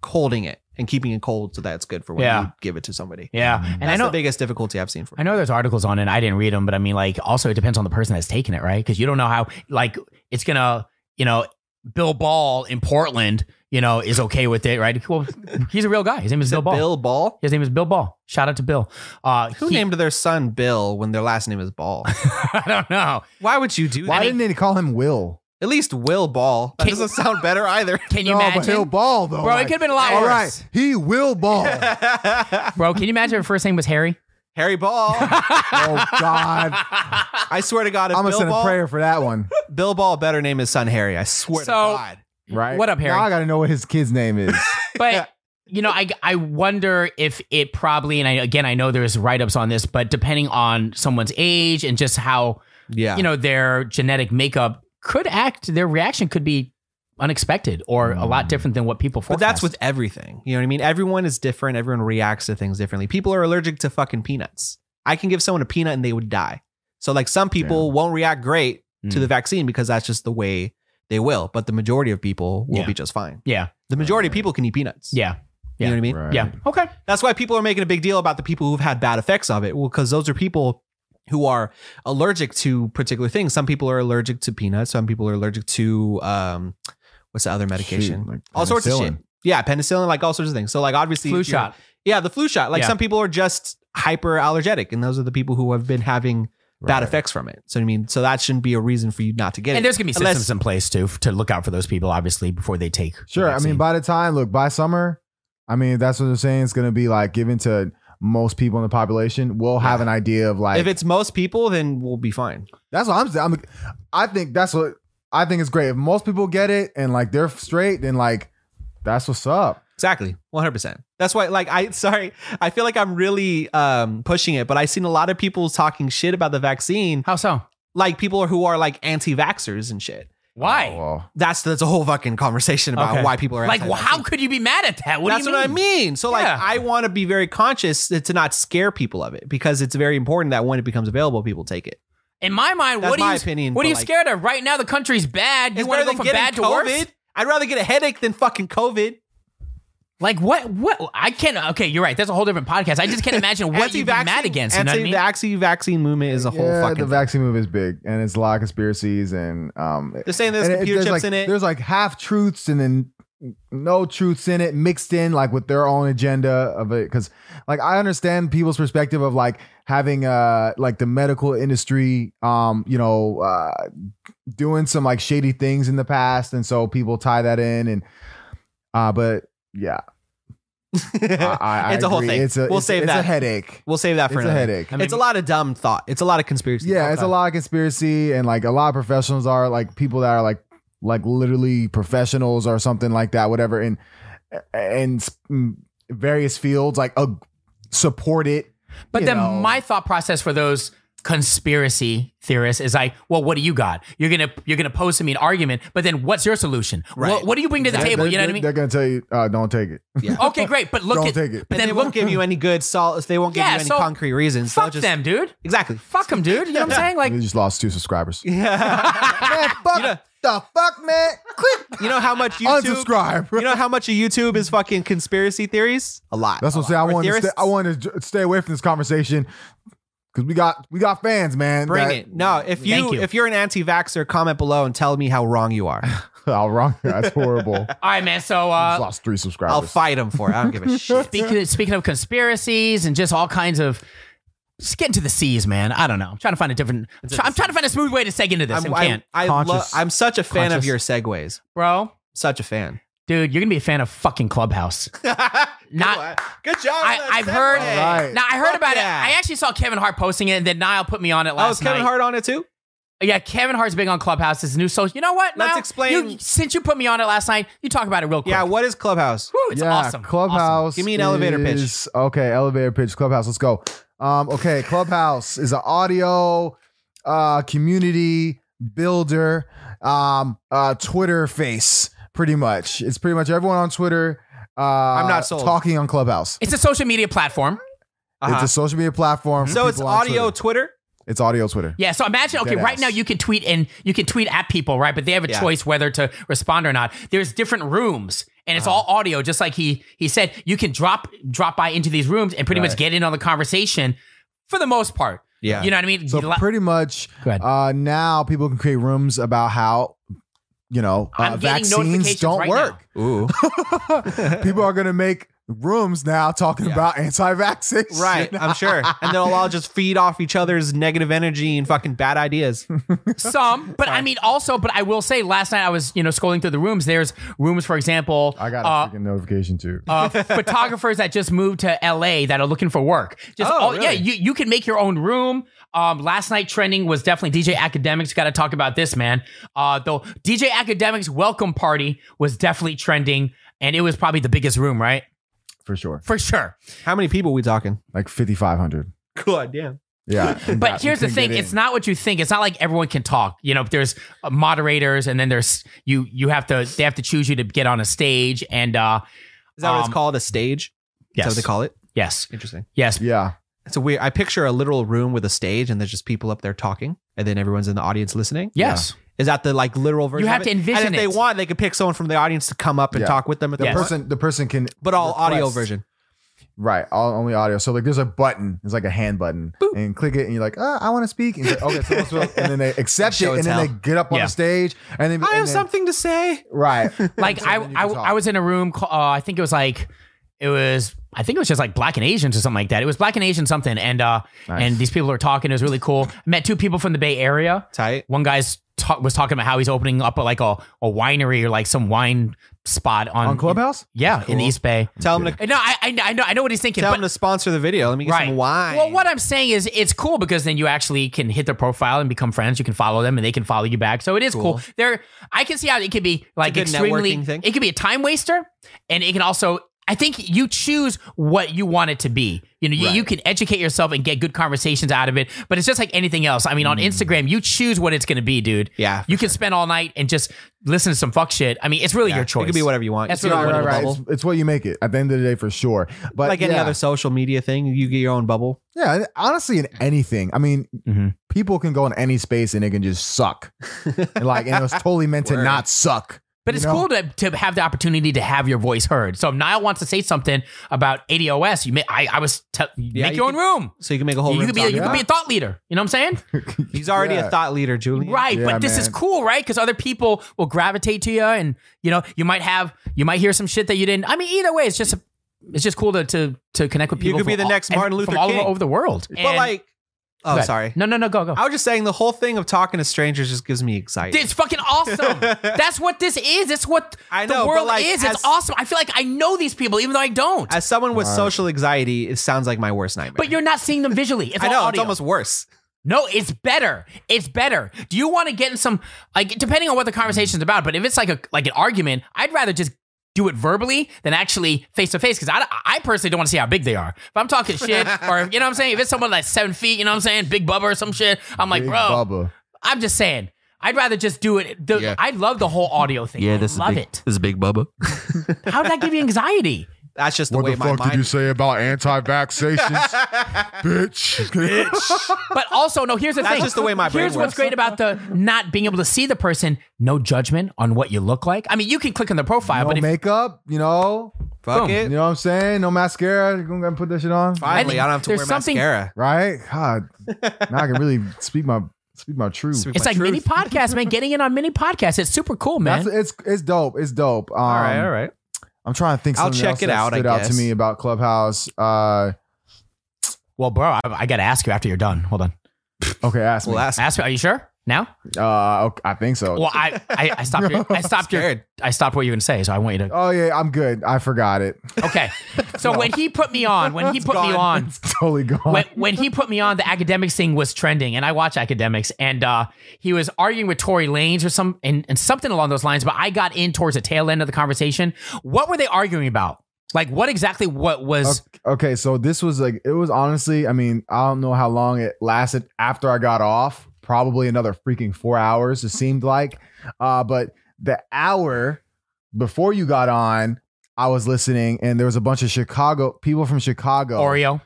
A: holding it and keeping it cold so that it's good for when
D: Yeah.
A: you give it to somebody
D: Yeah,
B: Mm.
D: and
A: that's
D: I know
A: the biggest difficulty i've seen for
D: I know there's articles on it. I didn't read them, but I mean, like, also it depends on the person that's taking it, right? Because you don't know how, like, it's gonna, you know, Bill Ball in Portland, you know, is okay with it, right? Well, he's a real guy. His name is Bill Ball.
A: bill ball
D: His name is Bill Ball. Shout out to Bill. Uh,
A: who
D: he-
A: named their son bill when their last name is ball
D: I don't know.
A: Why would you do
B: Why
A: that?
B: didn't they call him Will?
A: At least Will Ball. That
D: Can-
A: doesn't sound better either.
D: Can you
B: no, but
D: imagine,
B: he'll ball though.
D: bro? It
B: like,
D: could have been a lot
B: all
D: worse,
B: right. He will ball.
D: bro. Can you imagine if her first name was Harry?
A: Harry Ball.
B: oh God.
A: I swear to God, if
B: I'm gonna
A: Bill,
B: send a
A: Ball,
B: prayer for that one.
A: Bill Ball better name his son Harry. I swear
D: So-
A: to God.
B: Right.
D: What up, Harry?
B: Now I gotta know what his kid's name is.
D: but you know, I I wonder if it probably, and I, again, I know there's write ups on this, but depending on someone's age and just how
A: Yeah.
D: you know their genetic makeup could act their reaction could be unexpected or a lot different than what people
A: Mm. but
D: forecast.
A: that's with everything. You know what I mean? Everyone is different. Everyone reacts to things differently. People are allergic to fucking peanuts. I can give someone a peanut and they would die. So like some people won't react great to
D: Mm.
A: the vaccine because that's just the way they will. But the majority of people will
D: Yeah.
A: be just fine.
D: yeah
A: The majority of people can eat peanuts.
D: yeah
A: You know what I mean?
B: Right.
D: yeah okay
A: That's why people are making a big deal about the people who've had bad effects of it. Well, because those are people who are allergic to particular things. Some people are allergic to peanuts. Some people are allergic to um, what's the other medication?
B: Shoot, like
A: all sorts of shit.
B: penicillin.
A: Yeah, penicillin, like all sorts of things. So, like obviously,
D: flu
A: if you're-
D: shot
A: Yeah, the flu shot. Like
D: Yeah.
A: some people are just hyper allergic, and those are the people who have been having bad
B: Right.
A: effects from it. So I mean, so that shouldn't be a reason for you not to get
D: and
A: it.
D: there's gonna be
A: Unless-
D: systems in place too f- to look out for those people obviously before they take the
B: Sure. I mean,
D: vaccine.
B: by the time, look, by summer, I mean, that's what they're saying. It's going to be like given to most people in the population. We'll have an idea of like,
A: if it's most people, then we'll be fine.
B: that's what I'm saying. I'm, I think that's what I think it's great. If most people get it and like they're straight, then like, that's what's up.
A: Exactly. 100%. That's why like I sorry, I feel like I'm really um pushing it, but I've seen a lot of people talking shit about the vaccine,
D: how so
A: like people who are like anti-vaxxers and shit.
D: why
B: Oh, well,
A: That's that's a whole fucking conversation about
D: Okay.
A: why people are
D: like
A: anti-vaccine.
D: well, how could you be mad at that what
A: That's
D: do you
A: what I
D: mean?
A: mean. So like
D: Yeah.
A: I want to be very conscious that- to not scare people of it because it's very important that when it becomes available, people take it.
D: in my mind
A: That's
D: what are
A: my
D: you
A: opinion,
D: what
A: but,
D: are you
A: like-
D: scared of right now the country's bad you
A: It's
D: want
A: better than
D: to go from
A: getting
D: bad to
A: COVID.
D: worse
A: I'd rather get a headache than fucking COVID.
D: like what what I can't okay you're right that's a whole different podcast I just can't imagine what you'd be
A: Anti-vaccine-
D: mad against you know what I mean
A: Anti-vaccine vaccine movement is a whole
B: yeah,
A: fucking
B: the vaccine movement is big and it's a lot of conspiracies and, um,
A: They're saying there's
B: and it-
A: computer
B: there's
A: chips
B: like,
A: in it.
B: There's like half truths and then no truths in it mixed in like with their own agenda of it because like I understand people's perspective of like having uh like the medical industry um you know uh doing some like shady things in the past and so people tie that in and uh but yeah I, I
A: It's a whole
B: agree.
A: thing.
B: it's a
A: We'll
B: it's,
A: save
B: it's a
A: that.
B: headache
A: We'll save that for
B: it's a
A: another.
B: headache
D: I mean-
A: it's a lot of dumb thought. It's a lot of conspiracy.
B: yeah it's a
A: Okay.
B: lot of conspiracy and like a lot of professionals are like people that are like like literally professionals or something like that whatever in and mm, various fields like uh, support it
D: But
B: you
D: then
B: know.
D: my thought process for those conspiracy theorists is like, well, what do you got? You're gonna you're gonna pose to me an argument, but then what's your solution?
A: Right.
D: What, what do you bring to the table?
B: They're-
D: You know what I
B: they're-
D: mean?
B: they're gonna tell you uh, don't take it
D: Okay, great, but look
B: don't
D: at
B: take it
A: And
D: but then
A: they won't
D: look,
A: give you any good salt. They won't give
D: Yeah,
A: you any
D: so
A: concrete reasons. They'll
D: fuck
A: just,
D: them, dude.
A: Exactly.
D: Fuck them, dude. You know what I'm saying? Like,
B: we just lost two subscribers
A: Yeah.
B: man, fuck
A: You know-
B: the fuck man click
A: you know how much YouTube.
B: unsubscribe
A: You know how much of YouTube is fucking conspiracy theories? A lot.
B: that's
A: a
B: what I'm
A: lot. Or
B: saying. I want to stay,
A: theorists?
B: I want to stay away from this conversation because we got we got fans, man.
A: Bring
B: that-
A: it. No, if you,
D: Thank you.
A: if you're an anti-vaxxer, comment below and tell me how wrong you are.
B: Oh, wrong. That's horrible.
D: all right, man. So
B: Just
D: uh,
B: lost three subscribers.
A: I'll fight them for it. I don't give a shit.
D: speaking speaking of conspiracies and just all kinds of. Just get into the seas, man. I don't know. I'm trying to find a different. I'm trying to find a smooth way to seg into this.
A: I'm,
D: and can't,
A: I'm, I lo-
B: Conscious.
A: I'm such a fan of
D: Conscious.
A: your segues.
D: bro.
A: Such a fan.
D: Dude, you're gonna be a fan of fucking Clubhouse. Not
A: Good job.
D: I-
A: on that
D: I've heard-
A: segue.
B: All right.
D: Now I heard
A: Fuck
D: about
A: yeah.
D: it. I actually saw Kevin Hart posting it, and then Niall put me on it
A: Oh, was
D: last
A: Kevin
D: night.
A: Hart on it too?
D: Yeah, Kevin Hart's big on Clubhouse. His new social. You know what?
A: Let's
D: Niall?
A: explain-
D: You, since you put me on it last night, you talk about it real quick.
A: Yeah, what is Clubhouse?
D: Whew, it's
B: yeah,
D: awesome.
B: Clubhouse.
A: Give me an elevator pitch.
B: is- Okay, elevator pitch. Clubhouse. Let's go. Um, okay, Clubhouse is an audio uh, community builder, um, uh, Twitter face. Pretty much, it's pretty much everyone on Twitter. Uh, I'm
A: not sold.
B: Talking on Clubhouse.
D: It's a social media platform.
A: Uh-huh.
B: It's a social media platform. for
A: so it's
B: people on
A: audio
B: Twitter.
A: Twitter.
B: It's audio Twitter.
D: Yeah. So imagine, okay,
B: Deadass.
D: right now you can tweet and you can tweet at people, right? But they have a
A: Yeah.
D: choice whether to respond or not. There's different rooms.
A: Uh-huh.
D: And it's all audio, just like he he said. You can drop drop by into these rooms and pretty much
A: Right.
D: get in on the conversation, for the most part.
A: Yeah.
D: you know what I mean.
B: So
D: You li-
B: pretty much,
D: Go ahead.
B: uh, now people can create rooms about how you know uh,
D: I'm getting
B: vaccines
D: notifications
B: don't
D: right
B: work.
A: Ooh.
B: people are gonna make rooms now talking
A: Yeah.
B: about anti-vaccine.
A: Right, I'm sure. And they'll all just feed off each other's negative energy and fucking bad ideas.
D: Some, but I mean also, but I will say, last night I was you know scrolling through the rooms. There's rooms, for example,
B: I got a
D: uh,
B: freaking notification too.
D: uh, photographers that just moved to LA that are looking for work. Just
A: Oh,
D: all, yeah,
A: really?
D: you, you can make your own room. Um, last night trending was definitely DJ Academics. Got to talk about this, man. Uh, though DJ Academics welcome party was definitely trending, and it was probably the biggest room, right?
B: for sure.
D: For sure.
A: How many people we talking?
B: Like 5,500.
A: God damn.
B: Yeah.
D: But here's the thing: it's not what you think. It's not like everyone can talk. You know, there's uh, moderators, and then there's you. You have to. They have to choose you to get on a stage, and uh,
A: Is that what
D: Um,
A: it's called? A stage? Is that what
D: yes,
A: they call it?
D: yes,
A: Interesting.
D: yes.
B: Yeah.
A: It's a weird. I picture a literal room with a stage and there's just people up there talking, and then everyone's in the audience listening.
D: Yes.
A: Is that the like literal version?
D: have
A: of
D: to
A: it?
D: envision
A: And if they
D: it.
A: want, they could pick someone from the audience to come up and
B: Yeah.
A: talk with them. At
B: The
A: the
D: Yes.
A: person,
B: person the person can
A: but all audio
B: request.
A: version.
B: Right. All, only audio. So like there's a button. It's like a hand button. And click it and you're like, "Uh, I want to speak." And, you're like, okay, so let's go. and then they accept it
A: Show
B: and,
A: and
B: then they
A: tell.
B: get up on
D: Yeah.
B: the stage and then
A: I
B: and
A: have
B: then-
A: something to say.
B: Right.
D: like
B: So
D: I,
B: then you
D: I,
B: can talk.
D: I was in a room. ca- Uh, I think it was like it was. I think it was just like black and Asians or something like that. It was black and Asian something, and uh,
B: Nice.
D: and these people were talking. It was really cool. I met two people from the Bay Area.
A: Tight.
D: One guy's ta- was talking about how he's opening up a, like a, a winery or like some wine spot on,
B: on Clubhouse?
D: yeah, in the East Bay.
A: Tell them to
D: No, I, I, I know, I know what he's thinking.
A: tell
D: but,
A: them to sponsor the video. Let me get some wine.
D: Well, what I'm saying is it's cool because then you actually can hit their profile and become friends. You can follow them and they can follow you back. So it is cool.
A: Cool.
D: There, I can see how it could be like
A: good
D: extremely.
A: networking thing.
D: It could be a time waster, and it can also. I think you choose what you want it to be. You know, you, you can educate yourself and get good conversations out of it. But it's just like anything else. I mean,
A: Mm.
D: on Instagram, you choose what it's going to be, dude.
A: Yeah, for
D: you can spend all night and just listen to some fuck shit. I mean, it's really
A: Yeah.
D: your choice.
A: It could be whatever you want.
D: That's
A: You
D: what
A: can
D: I
A: do
D: wanna
A: it in a
B: Right, right.
A: bubble.
B: It's, it's what you make it at the end of the day for sure. But
A: like any
B: yeah.
A: other social media thing, you get your own bubble.
B: Yeah, and honestly, in anything. I mean,
A: Mm-hmm.
D: Mhm.
B: people can go in any space and it can just suck. And, like, and it was totally meant to
A: Word.
B: not suck. you
D: But it's
B: know?
D: cool to, to have the opportunity to have your voice heard. So if Niall wants to say something about ADOS, you may I, I was te- make
A: you
D: your
A: could-
D: own room.
A: So you can make a whole.
D: You
A: room
D: could be
A: talk
D: you could
A: about
D: be a thought leader. You know what I'm saying?
A: it. He's already
B: Yeah.
A: a thought leader, Julian.
D: Right.
B: Yeah,
D: but this is
B: man.
D: cool, right? Because other people will gravitate to you, and you know you might have you might hear some shit that you didn't. I mean, either way, it's just a, it's just cool to to to connect with
A: You
D: people.
A: could be
D: from
A: the
D: all-
A: next
D: and-
A: Martin Luther
D: from all
A: King.
D: over the world.
A: But like, oh, sorry.
D: No, no, no. Go, go.
A: I was just saying the whole thing of talking to strangers just gives me anxiety.
D: It's fucking awesome. That's what this is. It's what
A: I
D: the
A: know, but,
D: world
A: like,
D: is.
A: as-
D: it's awesome. I feel like I know these people, even though I don't.
A: As someone with
B: Right.
A: social anxiety, it sounds like my worst nightmare.
D: but you're not seeing them visually. It's
A: I
D: all
A: know it's
D: audio.
A: almost worse.
D: No, it's better. It's better. Do you want to get in some like depending on what the conversation's about? But if it's like a like an argument, I'd rather just do it verbally than actually face to face because I, I personally don't want to see how big they are. If I'm talking shit or you know what I'm saying, if it's someone like seven feet, you know what I'm saying, big bubba or some shit, I'm like,
B: Big
D: bro,
B: Bubba.
D: I'm just saying. I'd rather just do it. The, I love the whole audio thing. Yeah, this I love it.
E: This is Big Bubba.
D: How would that give you anxiety?
A: That's just the way my mind.
B: say about anti-vaxxations, bitch?
D: But also, no, here's the
A: That's
D: thing.
A: just the way my brain
D: Here's what's
A: works.
D: great about the not being able to see the person. No judgment on what you look like. I mean, you can click on the profile,
B: no
D: but if
B: makeup, you know.
A: Fuck
D: Boom.
B: You
A: it.
B: know what I'm saying? No mascara. You gonna put that shit on,
A: Finally, I, don't have to
D: there's
A: wear
D: something-
A: mascara.
B: right? God, now I can really speak my speak my truth.
A: Speak
D: it's
A: my
D: like
A: truth.
D: mini podcasts, man. Getting in on mini podcasts, it's super cool, man.
B: That's, it's it's dope. It's dope. Um,
A: All right, all right.
B: I'm trying to think.
A: I'll
B: Something
A: check
B: else
A: it
B: that
A: out, I
B: Stood out to
A: guess.
B: me about Clubhouse. Uh,
D: well, bro, I, I got to ask you after you're done. Hold on,
B: okay, ask me.
A: We'll ask.
D: ask me. Are you sure? Now?
B: Uh, okay, I think so.
D: Well, I I, I stopped. Your, I stopped your. I stopped what you were gonna say. So I want you to.
B: Oh yeah, I'm good. I forgot it.
D: Okay. So when he put me on, when he
A: It's
D: put me
A: gone.
D: on,
B: It's totally gone.
D: when, when he put me on, the academics thing was trending, and I watch academics, and uh, he was arguing with Tory Lanez or some and, and something along those lines. But I got in towards the tail end of the conversation. What were they arguing about? Like, what exactly? What was?
B: Okay, okay, so this was like it was honestly, I mean, I don't know how long it lasted after I got off. Probably another freaking four hours, it seemed like. Uh, but the hour before you got on, I was listening, and there was a bunch of Chicago people from Chicago.
D: Oreo.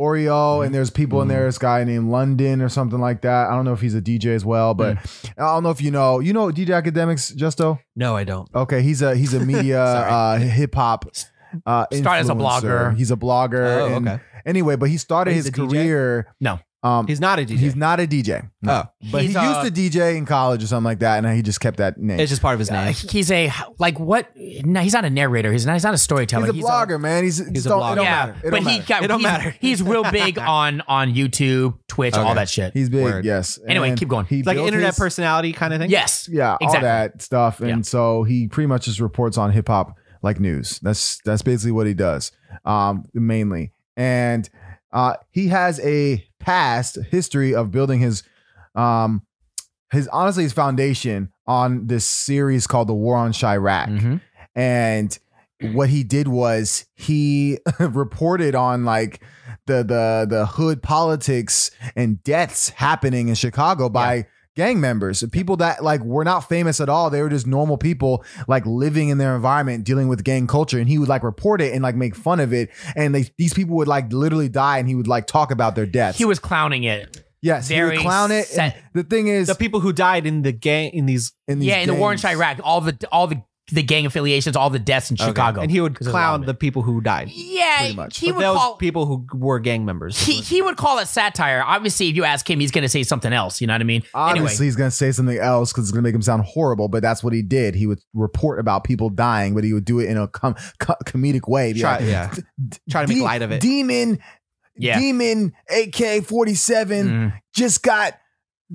B: Oreo, and there's people in
A: Mhm.
B: there. This guy named London or something like that. I don't know if he's a DJ as well, but I don't know if you know. You know DJ Academics, Justo?
A: No, I don't.
B: Okay, he's a he's a media uh, hip hop. Uh,
D: Started as a
B: influencer.
D: blogger.
B: He's a blogger.
A: Oh,
B: and-
A: okay.
B: Anyway, but he started
A: He's
B: his
A: a DJ?
B: career.
D: No.
B: um, he's
A: He's not a DJ.
B: not, he's not a DJ. No.
A: Oh,
B: but
D: He's uh,
B: he
D: a-
B: used to DJ in college or something like that, and he just kept that name.
A: it's just part of his
D: Uh,
A: name.
D: he's a like what? No, he's not a narrator. He's not. He's not a storyteller.
B: he's a
D: He's
B: blogger, man. He's,
A: a
B: don't-
A: blogger.
B: It don't
D: yeah,
B: matter. It
D: but
B: don't
D: he
B: matter.
D: got.
A: It don't
D: he's,
A: matter.
D: He's real big on on YouTube, Twitch, all
B: Okay.
D: that shit.
B: He's big.
A: Word.
B: Yes.
D: Anyway,
B: And
D: keep going.
B: He
A: It's like
B: built
A: internet
B: his-
A: personality kind of thing.
D: yes.
B: Yeah,
D: Exactly.
B: all that stuff. And
D: Yeah.
B: so he pretty much just reports on hip hop like news. That's that's basically what he does, um, mainly. And uh, he has a past history of building his, um, his honestly his foundation on this series called The War on Chirac.
D: Mhm.
B: And
D: Mm.
B: what he did was he reported on like the the the hood politics and deaths happening in Chicago by gang members, people that like were not famous at all. They were just normal people like living in their environment, dealing with gang culture. And he would like report it and like make fun of it. And they, these people would like literally die and he would like talk about their deaths.
D: He was clowning it.
B: yes, he would
D: very
B: clown it. And
D: set.
B: The thing is,
A: The people who died in the gang in these
B: in these
D: yeah, in the war in
B: gangs-
D: Iraq, all the all the the gang affiliations, all the deaths in Chicago,
A: and he would
D: 'Cause there's a lot
A: clown
D: of
A: the
D: it.
A: people who died.
D: yeah,
B: pretty much.
D: he
A: But
D: would
A: those
D: call
A: people who were gang members.
D: he, he would call it satire. Obviously, if you ask him, he's going to say something else. You know what I mean?
B: Obviously, he's going to say something else because it's going to make him sound horrible, but that's what he did. He would report about people dying, but he would do it in a com- co- comedic way. Be
A: Try,
B: like,
A: yeah. Try to make
B: "De-
A: light of it.
B: Demon,
D: Yeah.
B: demon AK 47
A: Mm-hmm.
D: Anyway, Mm.
B: just got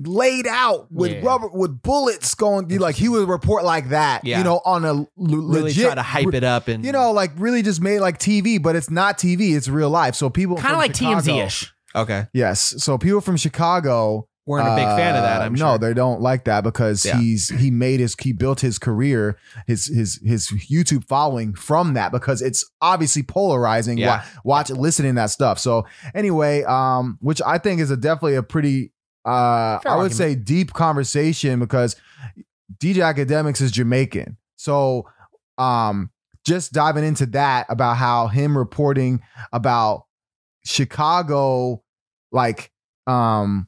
B: laid out with
D: Yeah.
B: rubber with bullets going like he would report like that
A: Yeah.
B: you know on a l-
A: really
B: legit
A: try to hype it up and
B: you know like really just made like tv but it's not tv it's real life so people
D: kind
B: from
D: of like
B: Chicago-
D: TMZ ish.
A: Okay.
B: yes so people from chicago
A: Weren't a big fan of that,
B: uh,
A: I'm
B: no,
A: sure.
B: they don't like that because
A: Yeah.
B: he's he made his he built his career, his his his YouTube following from that because it's obviously polarizing.
A: Yeah.
B: Wa- Watch, listening to that stuff. So anyway, um, which I think is a definitely a pretty uh
D: Fair
B: I would say deep conversation because DJ Academics is Jamaican. So um just diving into that about how him reporting about Chicago like um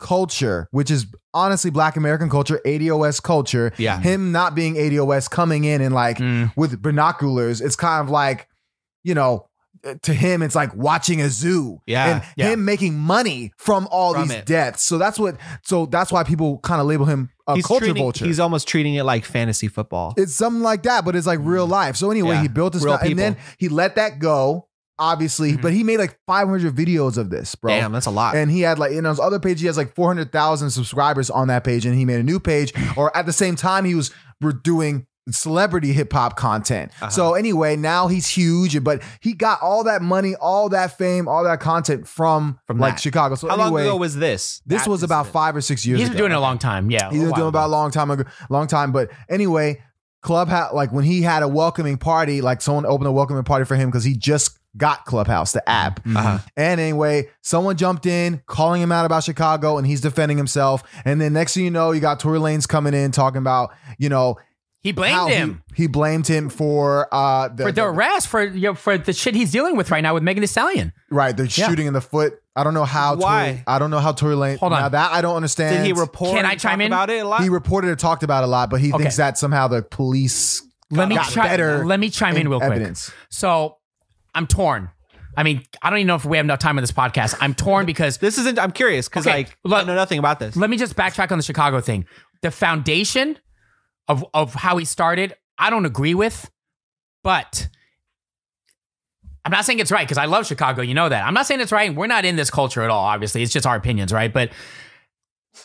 B: culture, which is honestly black American culture, ADOS culture,
A: Yeah.
B: him not being ADOS coming in and like
D: Mm.
B: with binoculars, it's kind of like, you know, to him, it's like watching a zoo.
A: Yeah,
B: And
D: yeah.
B: him making money from all
A: From
B: these
A: it.
B: deaths. So that's what so that's why people kind of label him a
A: he's
B: Uh, culture
A: treating-
B: vulture.
A: He's almost treating it like fantasy football.
B: It's something like that, but it's like real life. So anyway,
A: Mm. Yeah,
B: he built his
A: real Mm-hmm.
B: stuff and then he let that go, obviously.
D: Mhm.
B: But he made like 500 videos of this, bro.
A: Damn, that's a lot.
B: And he had like, and on his other page, he has like 400,000 subscribers on that page. And he made a new page, or at the same time, he was were doing celebrity hip hop content.
A: Uh-huh.
B: So anyway, now he's huge, but he got all that money, all that fame, all that content from,
A: From
B: like
A: that.
B: Chicago. So
A: How long
B: anyway,
A: ago was this?
B: this
A: That
B: was about
A: incident?
B: five or six years
D: He's
B: ago.
D: been doing it a long time.
B: He's
D: Yeah, a
B: been
D: while
B: doing about a
D: ago.
B: long time ago, long time. But anyway, Clubhouse, like when he had a welcoming party, like someone opened a welcoming party for him because he just got Clubhouse, the app.
A: Uh-huh.
B: And anyway, someone jumped in calling him out about Chicago and he's defending himself. And then next thing you know, you got Tory Lanez coming in talking about, you know,
D: He blamed
B: how he-
D: him
B: He, blamed him for uh the,
D: for the arrest for you know, for the shit he's dealing with right now with Megan Thee Stallion.
B: right, the
D: Yeah.
B: shooting in the foot. I don't know how
A: Why?
B: Tory, I don't know how Tory Lanez
D: Hold on.
B: now that I don't understand.
A: Did he report?
D: Can I
A: and
D: chime
A: talk
D: in?
A: about it a lot?
B: he reported or talked about it a lot, but he
D: Okay.
B: thinks that somehow the police
D: Let me
B: got
D: chime-
B: better
D: Let me chime in real quick.
B: evidence.
D: So I'm torn. I mean, I don't even know if we have enough time on this podcast. I'm torn because
A: this isn't. I'm curious because
D: Okay,
A: like I
D: look-
A: know nothing about this.
D: let me just backtrack on the Chicago thing. The foundation of of how he started, I don't agree with, but I'm not saying it's right because I love Chicago. You know that. I'm not saying it's right. and We're not in this culture at all. Obviously, it's just our opinions, right? But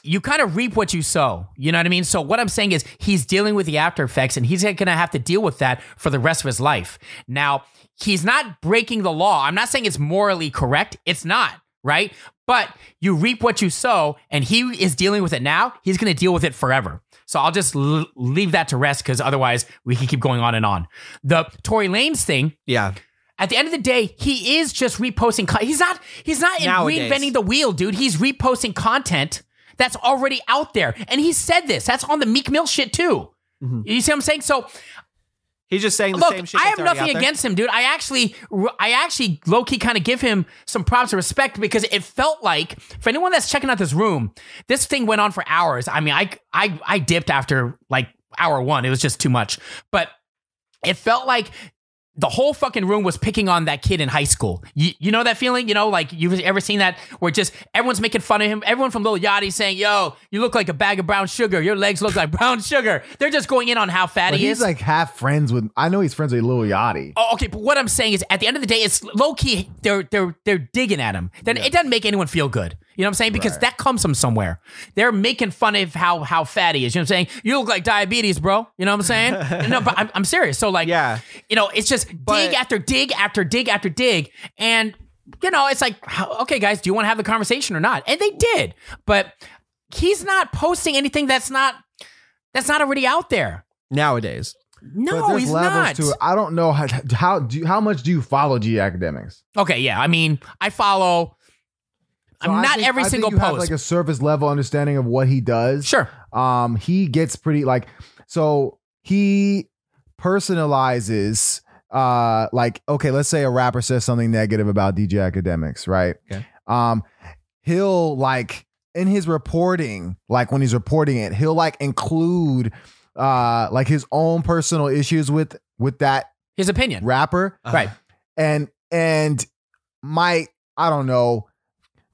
D: you kind of reap what you sow. You know what I mean? So what I'm saying is he's dealing with the after effects and he's going to have to deal with that for the rest of his life. Now, he's not breaking the law. I'm not saying it's morally correct. It's not, right? But you reap what you sow and he is dealing with it now. He's going to deal with it forever. So I'll just l- leave that to rest because otherwise we could keep going on and on. The Tory Lanes thing,
A: Yeah.
D: at the end of the day, he is just reposting. Con- he's not. He's not in
A: Nowadays.
D: reinventing the wheel, dude. He's reposting content that's already out there, and he said this. That's on the Meek Mill shit too. You see what I'm saying? So
A: He's just saying the
D: look,
A: same shit.
D: I
A: that's
D: have
A: already
D: nothing
A: out there.
D: against him, dude. I actually, I actually low key kind of give him some props and respect because it felt like for anyone that's checking out this room, this thing went on for hours. I mean, I, I, I dipped after like hour one. It was just too much, but it felt like. The whole fucking room was picking on that kid in high school. You, you know that feeling? You know, like you've ever seen that where just everyone's making fun of him. Everyone from Lil Yachty saying, "Yo, you look like a bag of brown sugar. Your legs look like brown sugar." They're just going in on how fat
B: But
D: he
B: he's
D: is.
B: like half friends with. I know he's friends with Lil Yachty.
D: Oh, okay, but what I'm saying is, at the end of the day, it's low key. They're they're they're digging at him. Then it doesn't make anyone feel good. You know what I'm saying? Because that comes from somewhere. They're making fun of how how fat he is. You know what I'm saying? You look like diabetes, bro. You know what I'm saying? no, but I'm, I'm serious. So like,
A: Yeah.
D: you know, it's just dig after dig after dig after dig, and you know, it's like, how- okay, guys, do you want to have the conversation or not? And they did, but he's not posting anything that's not that's not already out there.
A: Nowadays.
D: No,
B: but there's
D: he's
B: levels
D: not.
B: to it. I don't know how how do you, how much do you follow G academics?
D: Okay, yeah. I mean, I follow.
B: So
D: I'm
B: I
D: not
B: think-
D: every
B: I think
D: single
B: you
D: post.
B: Have like a surface level understanding of what he does.
D: sure.
B: um he gets pretty like so he personalizes uh like okay let's say a rapper says something negative about dj academics right
A: Okay.
B: um he'll like in his reporting like when he's reporting it he'll like include uh like his own personal issues with with that
D: His opinion.
B: rapper
A: Uh-huh.
D: Right.
B: and and might I don't know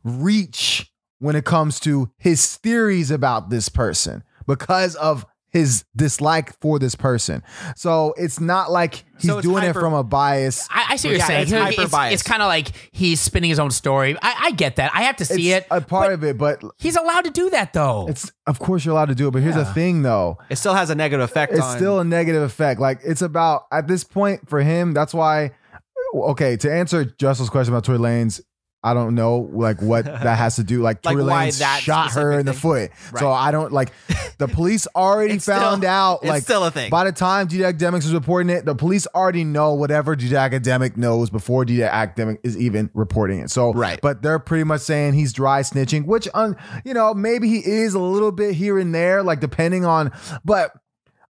B: reach when it comes to his theories about this person because of his dislike for this person. So it's not like he's
A: So it's
B: doing
A: hyper-
B: it from a bias.
D: I, I see what
A: Yeah,
D: you're saying.
A: it's
D: It's,
A: hyper-biased.
D: kind of like he's spinning his own story. I, I get that. I have to see
B: it's
D: it. Oh.
B: a part of it, but
D: He's allowed to do that though.
B: it's of course you're allowed to do it. But here's the thing, though.
A: It still has a negative effect
B: it's
A: on
B: still a negative effect like it's about at this point for him that's why okay to answer Justin's question about Tory Lanez I don't know like what that has to do like
A: Like,
B: Tory
A: why
B: Lanez
A: that
B: shot her
A: specific
B: in the
A: thing.
B: foot so I don't like the police already
A: It's still-
B: found out
A: it's
B: like
A: still a thing.
B: by the time DJ Academics was reporting it the police already know whatever DJ Academic knows before DJ Academic is even reporting it so
A: Right.
B: but they're pretty much saying he's dry snitching which un, you know maybe he is a little bit here and there like depending on but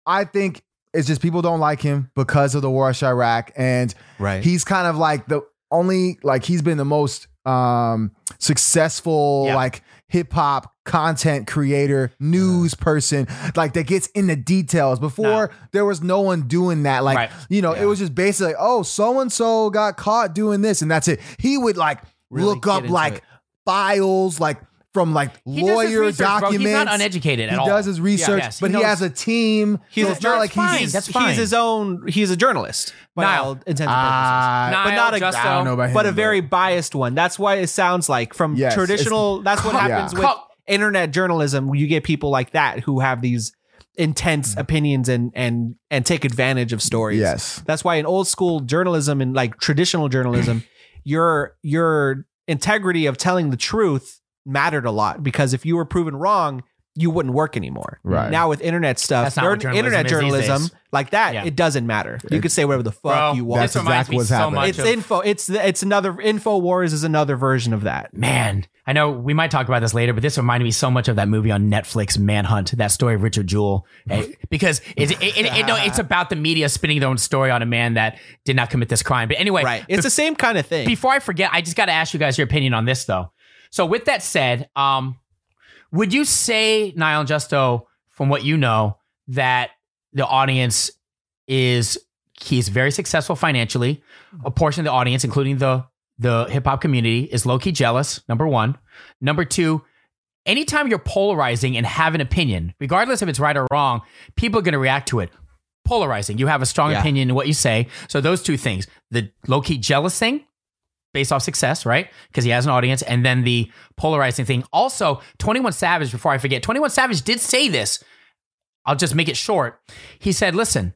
B: I think it's just people don't like him because of the war in Iraq, and
A: Right.
B: he's kind of like the only like he's been the most um successful
D: Yeah.
B: like hip hop content creator, news person, like that gets in the details. Before there was no one doing that. Like
D: Right.
B: you know, it was just basically like, oh, so and so got caught doing this, and that's it. He would like
A: Really
B: look
A: get
B: up
A: into
B: like
A: it.
B: files, like from like
D: he does his
B: lawyer
D: research, bro.
B: documents.
D: He's not uneducated
B: He
D: at all.
B: does his research,
D: Yes, he
B: but he,
D: knows-
B: has a team.
A: He's
B: so
A: a-
B: it's not like
D: that's fine.
B: he's.
D: That's
A: he's
D: fine.
A: his own he's a journalist. by
D: Niall.
A: all intents and purposes.
B: Ah,
D: Niall,
A: but not a-
D: Justo,
B: I don't know about him,
A: but a very biased one. That's why it sounds like from
B: Yes, it's-
A: traditional. That's what
B: Yeah.
A: happens with
D: Cop-
A: internet journalism. You get people like that who have these intense opinions and and and take advantage of stories.
B: Yes.
A: that's why in old school journalism and like traditional journalism, your your integrity of telling the truth mattered a lot because if you were proven wrong. You wouldn't work anymore.
B: Right.
A: now with internet stuff,
D: That's not what
A: nerd-
D: journalism
A: internet
D: is these
A: journalism
D: days.
A: like that,
D: Yeah.
A: it doesn't matter. You could say whatever the fuck
D: bro,
A: you want.
D: This
B: That's
D: reminds
B: exactly
D: me
B: what's
D: so
B: happening.
D: much.
A: It's
D: of-
A: info. It's it's another info wars is another version of that.
D: Man, I know we might talk about this later, but this reminded me so much of that movie on Netflix, Manhunt, that story of Richard Jewell. Eh, because it, it, it, it- no, it's about the media spinning their own story on a man that did not commit this crime. But anyway,
A: Right. It's the same kind of thing.
D: before I forget, I just got to ask you guys your opinion on this, though. So, with that said, um, would you say, Niall and Justo, from what you know, that the audience is he's very successful financially? A portion of the audience, including the the hip hop community, is low key jealous. Number one. Number two. Anytime you're polarizing and have an opinion, regardless if it's right or wrong, people are going to react to it. Polarizing, you have a strong
A: Yeah.
D: opinion in what you say. So those two things, the low key jealous thing, based off success, right? Because he has an audience. And then the polarizing thing. Also, 21 Savage, before I forget, 21 Savage did say this. I'll just make it short. He said, listen,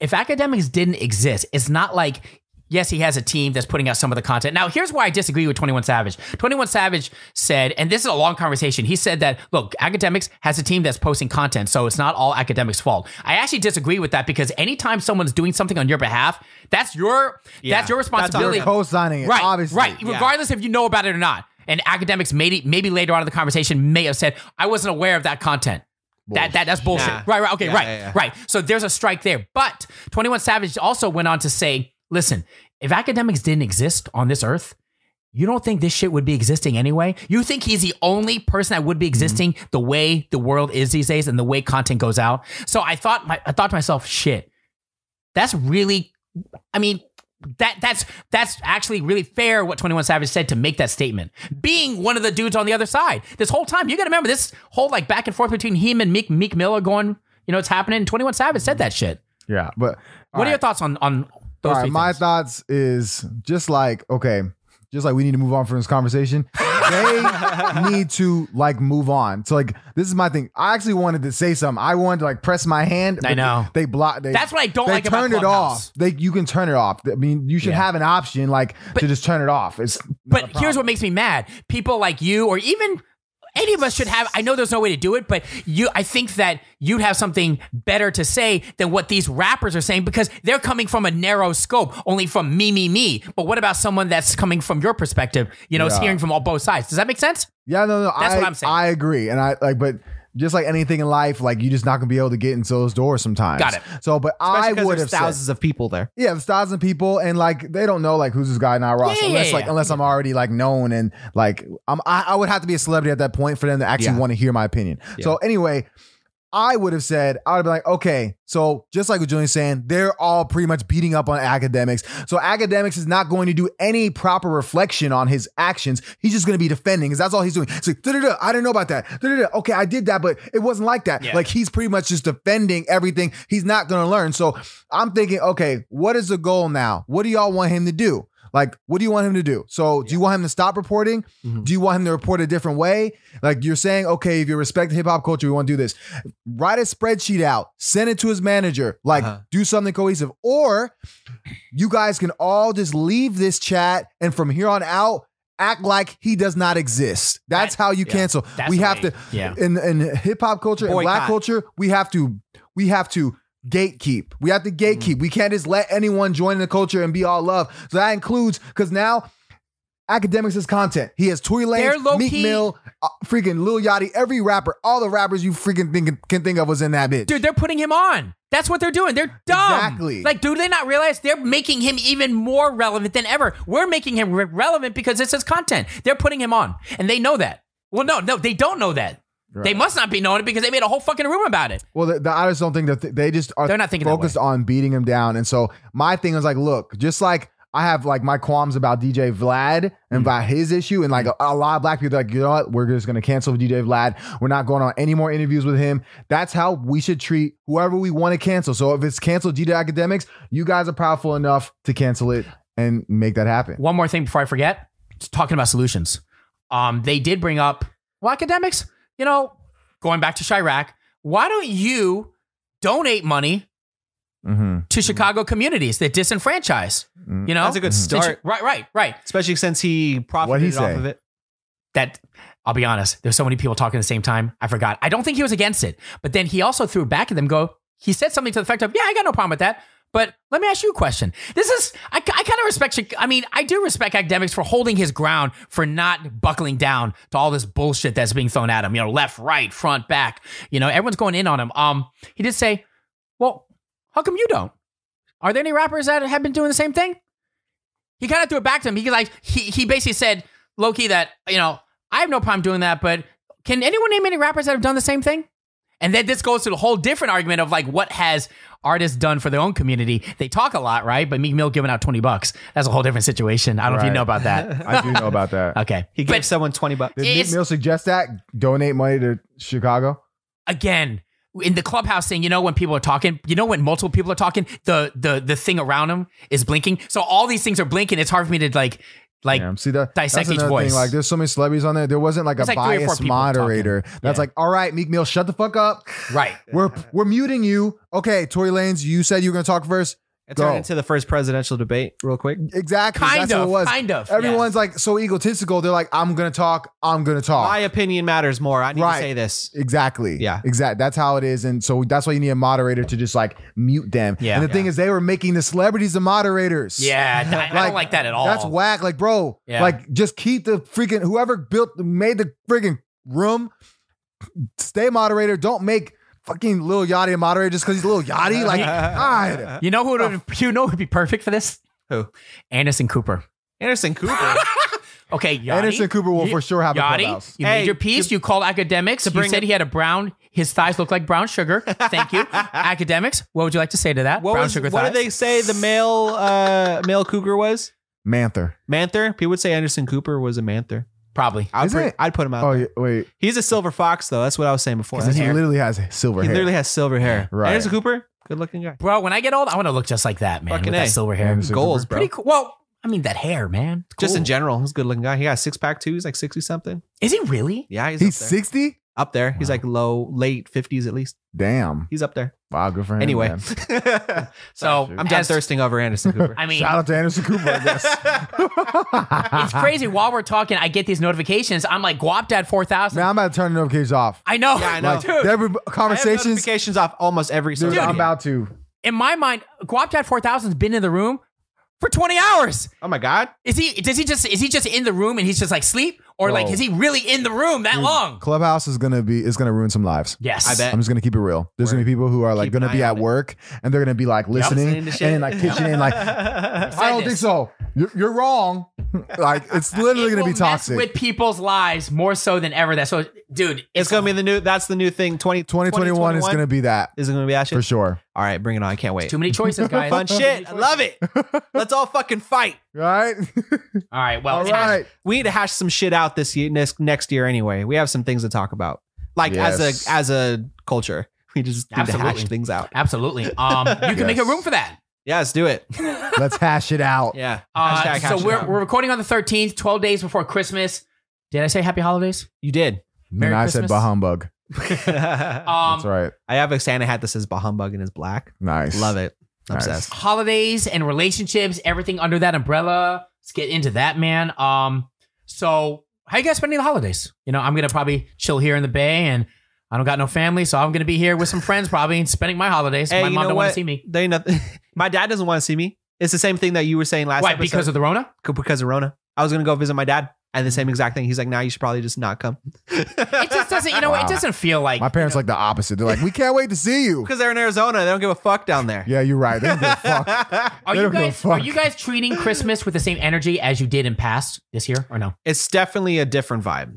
D: if academics didn't exist, it's not like, yes, he has a team that's putting out some of the content. Now, here's why I disagree with 21 Savage. 21 Savage said, and this is a long conversation, he said that, look, academics has a team that's posting content, so it's not all academics' fault. I actually disagree with that because anytime someone's doing something on your behalf, that's your
A: Yeah.
D: that's your
A: That's on
D: responsibility.
A: them.
B: co-signing it,
D: right,
B: obviously.
D: right.
A: Yeah.
D: Regardless if you know about it or not. And academics maybe maybe later on in the conversation may have said, I wasn't aware of that content. That, that that's bullshit.
A: Nah.
D: Right, right, okay,
A: Yeah,
D: right,
A: yeah, yeah.
D: right. So there's a strike there. But 21 Savage also went on to say, listen, if academics didn't exist on this earth, you don't think this shit would be existing anyway? You think he's the only person that would be existing the way the world is these days and the way content goes out? So I thought my, I thought to myself, shit, that's really I mean, that that's that's actually really fair what 21 Savage said to make that statement. Being one of the dudes on the other side. This whole time, you gotta remember this whole like back and forth between him and Meek Meek Miller going, you know, it's happening. And 21 Savage said that shit.
B: Yeah, but
D: What are your thoughts on on those
B: All right,
D: three
B: my
D: things?
B: thoughts is just like okay, just like we need to move on from this conversation. They need to like move on. So like this is my thing. I actually wanted to say something. I wanted to like press my hand.
D: I
B: but
D: know.
B: they blocked. They,
D: That's what I don't
B: they
D: like about
B: turned it
D: Clubhouse.
B: off. They you can turn it off. I mean, you should
D: Yeah.
B: have an option like to just turn it off. It's
D: But here's what makes me mad. People like you or even any of us should have I know there's no way to do it, but you I think that you'd have something better to say than what these rappers are saying because they're coming from a narrow scope, only from me, me, me. But what about someone that's coming from your perspective? You know, it's
B: Yeah.
D: hearing from all both sides. Does that make sense?
B: Yeah, no, no.
D: That's
B: I,
D: what I'm saying.
B: I agree, and I like, but just like anything in life, like you're just not gonna be able to get into those doors sometimes.
D: Got it.
B: So, but
A: Especially
B: I
A: 'cause
B: would
A: there's
B: have said,
A: thousands of people there.
B: yeah, there's thousand people, and like they don't know like who's this guy in our roster,
D: Yeah, yeah,
B: unless like
D: yeah.
B: unless I'm already like known and like I'm I, I would have to be a celebrity at that point for them to actually
A: Yeah.
B: want to hear my opinion. So anyway. I would have said, I would have been like, okay, so just like what Julian's saying, they're all pretty much beating up on academics. So academics is not going to do any proper reflection on his actions. He's just going to be defending because that's all he's doing. It's like, "Da-da-da, I didn't know about that. Da-da-da, Okay, I did that, but it wasn't like that.
D: Yeah.
B: Like he's pretty much just defending everything. He's not going to learn. So I'm thinking, okay, what is the goal now? What do y'all want him to do? Like, what do you want him to do? So, do you want him to stop reporting?
D: Mm-hmm.
B: Do you want him to report a different way? Like, you're saying, okay, if you respect hip hop culture, we want to do this. Write a spreadsheet out, send it to his manager, like,
A: Uh-huh.
B: do something cohesive. Or you guys can all just leave this chat and from here on out, act like he does not exist. That's how you
D: yeah,
B: cancel.
D: that's
B: We
D: the
B: have
D: way.
B: to,
D: Yeah.
B: in, in hip hop culture, in black
A: Boycott.
B: culture, we have to, we have to gatekeep. We have to
D: Mm.
B: gatekeep. We can't just let anyone join the culture and be all love. So that includes because now academics is content. He has Tory
D: They're
B: Lanez, Meek
D: low-key-
B: Mill, uh, freaking Lil Yachty, every rapper, all the rappers you freaking think can think of was in that bitch.
D: Dude, they're putting him on. That's what they're doing. They're dumb.
B: Exactly.
D: Like, do they not realize they're making him even more relevant than ever? We're making him re- relevant because it's his content. They're putting him on, and they know that. Well, no, no, they don't know that. They must not be knowing it because they made a whole fucking room about it.
B: Well, the, the, I just don't think that th- they just are.
D: They're not thinking that
B: focused on beating him down. And so my thing is like, look, just like I have like my qualms about DJ Vlad and about his issue, and like a, a lot of black people, are like you know what, we're just gonna cancel DJ Vlad. We're not going on any more interviews with him. That's how we should treat whoever we want to cancel. So if it's canceled DJ Academics, you guys are powerful enough to cancel it and make that happen.
D: One more thing before I forget. It's talking about solutions. Um, they did bring up, well, academics, you know, going back to Chirac, why don't you donate money
B: Mm-hmm.
D: to Chicago communities that disenfranchise? You know?
A: That's a good
B: Mm-hmm.
D: That you-
A: start,
D: Right, right, right.
A: especially since he
B: What'd he
A: profited off
B: say?
A: of it.
D: that I'll be honest, there's so many people talking at the same time. I forgot. I don't think he was against it. But then he also threw back at them, go, he said something to the effect of, yeah, I got no problem with that. But let me ask you a question. This is, I, kind of respect, Chi- I mean, I do respect academics for holding his ground, for not buckling down to all this bullshit that's being thrown at him, you know, left, right, front, back. You know, everyone's going in on him. Um, He did say, well, how come you don't? Are there any rappers that have been doing the same thing? He kind of threw it back to him. He like he he basically said Loki that you know I have no problem doing that, but can anyone name any rappers that have done the same thing? And then this goes to the whole different argument of like what has artists done for their own community? They talk a lot, right? But Meek Mill giving out twenty bucks that's a whole different situation. I don't know if you
B: Right.
D: know about that.
B: I do know about that.
D: Okay,
A: He gave
D: but
A: someone twenty bucks.
B: Did Meek
D: It's-
B: Mill suggest that donate money to Chicago?
D: again, in the clubhouse thing, you know, when people are talking, you know, when multiple people are talking, the the the thing around them is blinking. So all these things are blinking. It's hard for me to like like
B: Yeah, see that
D: dissect
B: that's
D: each
B: another
D: voice.
B: Like there's so many celebrities on there. There wasn't like
D: There's,
B: a
D: like, three or four
B: biased
D: people talking.
B: moderator that's
D: Yeah.
B: like, all right, Meek Mill, shut the fuck up.
D: right.
B: We're we're muting you. Okay, Tory Lanez, you said you were gonna talk first.
A: It
B: Go.
A: turned into the first presidential debate real quick.
B: Exactly.
D: Kind
B: that's what
D: of,
B: it was.
D: kind of.
B: Everyone's like so egotistical. They're like, I'm gonna talk. I'm gonna talk.
A: My opinion matters more. I need
B: Right.
A: to say this.
B: Exactly.
A: Yeah.
B: Exact. That's how it is, and so that's why you need a moderator to just like mute them.
D: Yeah.
B: And the thing
A: Yeah.
B: is, they were making the celebrities the moderators.
D: yeah. Yeah, I, I don't like that at all.
B: That's whack. Like, bro,
D: Yeah.
B: like just keep the freaking whoever built made the freaking room. Stay moderator. Don't make fucking little Yachty a moderator just because he's little Yachty. Like, God.
D: You know who would you know would be perfect for this?
A: Who?
D: Anderson Cooper.
A: Anderson Cooper.
D: Okay, Yachty.
B: Anderson Cooper will
D: You-
B: for sure have a
D: Yachty,
B: clubhouse.
D: you
A: Hey,
D: made your piece. you called academics. You
A: bring
D: said
A: it-
D: he had a brown. His thighs look like brown sugar. Thank you, academics. What would you like to say to that?
A: what
D: brown
A: was,
D: sugar
A: what
D: thighs.
A: did they say the male uh male cougar was?
B: Manther.
A: Manther? People would say Anderson Cooper was a manther.
D: Probably.
A: I would
B: Isn't
A: put,
B: it-
A: I'd put him out.
B: Oh
A: there.
B: yeah, wait,
A: He's a silver fox though. That's what I was saying before.
B: 'Cause
A: That's
B: he
A: hair.
B: literally has silver
A: he
B: hair.
A: literally has silver hair.
B: Right.
A: Anderson Cooper, good looking guy.
D: Bro, when I get old, I want to look just like that, man.
A: Fucking
D: with that
A: A.
D: silver hair.
B: Anderson
A: Goals, bro.
D: Pretty cool. Well, I mean that hair, man. It's
A: Just in
D: cool.
A: general, he's a good looking guy. He got a six pack too. He's like sixty something.
D: Is he really?
A: Yeah, he's,
B: He's
A: up there.
B: sixty.
A: Up there. He's like low late fifties at least.
B: Damn.
A: He's up there.
B: Wow. Good for him.
A: Anyway,
B: man.
D: So
A: I'm done
D: as-
A: thirsting over Anderson Cooper.
D: I mean,
B: shout out to Anderson Cooper. I guess.
D: it's crazy. While we're talking, I get these notifications. I'm like Guapdad four thousand.
B: Man, I'm about to turn the notifications off.
D: I know.
A: Yeah, I know.
B: Like,
A: Dude.
B: there were
A: I have
B: conversations.
A: notifications off almost every
B: Dude,
A: social
B: I'm
A: media.
B: about to.
D: In my mind, Guapdad four thousand's been in the room for twenty hours.
A: Oh my god.
D: Is he? Does he just? Is he just in the room and he's just like sleep, or like
B: Bro.
D: is he really in the room that long?
B: Clubhouse is gonna be is gonna ruin some lives.
D: Yes,
A: Mm. I bet.
B: I'm just gonna keep it real. There's gonna be people who are like
A: Keep an
B: gonna be
A: eye
B: at
A: on it.
B: work and they're gonna be like listening
A: Listening to shit.
B: and like pitching in like I don't think so. You're, you're wrong. like it's literally
D: It
B: gonna
D: will
B: be
D: mess
B: toxic.
D: with people's lives more so than ever. That so, dude, it's,
A: It's gonna be the new. That's the new thing. 20,
B: 2021 is gonna be that
A: Is it gonna be that shit?
B: for sure.
A: All right, bring it on. I can't wait.
D: too many choices, guys.
A: Fun shit. I love it. Let's all fucking fight.
B: Right?
D: All right, well,
B: All right.
A: We need to hash some shit out this year, next, next year anyway. We have some things to talk about, like
B: Yes.
A: as a as a culture. We just need to hash
D: Absolutely.
A: things out.
D: absolutely. Um, you can make a
B: Yes.
D: room for that.
A: Yeah, let's do it.
B: Let's hash it out.
A: Yeah.
D: Uh,
A: Hashtag hash
D: so
A: it
D: we're
A: out.
D: we're recording on the thirteenth, twelve days before Christmas. Did I say Happy Holidays?
A: you did.
B: and
D: Merry
B: I said
D: Christmas.
B: bah humbug.
A: I
D: Um,
B: That's right.
A: have a Santa hat that says Bahumbug and is black.
B: Nice.
A: Love it.
B: Nice.
A: Obsessed.
D: holidays and relationships, everything under that umbrella. Let's get into that, man. Um, so how you guys spending the holidays? You know, I'm gonna probably chill here in the Bay, and I don't got no family, so I'm gonna be here with some friends probably and spending my holidays.
A: Hey,
D: my
A: you
D: mom
A: know
D: don't want
A: what?
D: to see me.
A: They nothing. My dad doesn't want to see me. It's the same thing that you were saying last.
D: Why?
A: episode.
D: Because of the Rona?
A: because of Rona. I was gonna go visit my dad, and the same exact thing. He's like, "Now nah, you should probably just not come."
D: It just doesn't. You know,
B: Wow.
D: it doesn't feel like.
B: My parents like the opposite. They're like, we can't wait to see you.
A: because they're in Arizona. They don't give a fuck down there.
B: Yeah, you're right. They don't give a fuck.
D: are
B: they
D: you
B: don't give a
D: guys are
B: fuck.
D: you guys treating Christmas with the same energy as you did in past this year or no?
A: it's definitely a different vibe.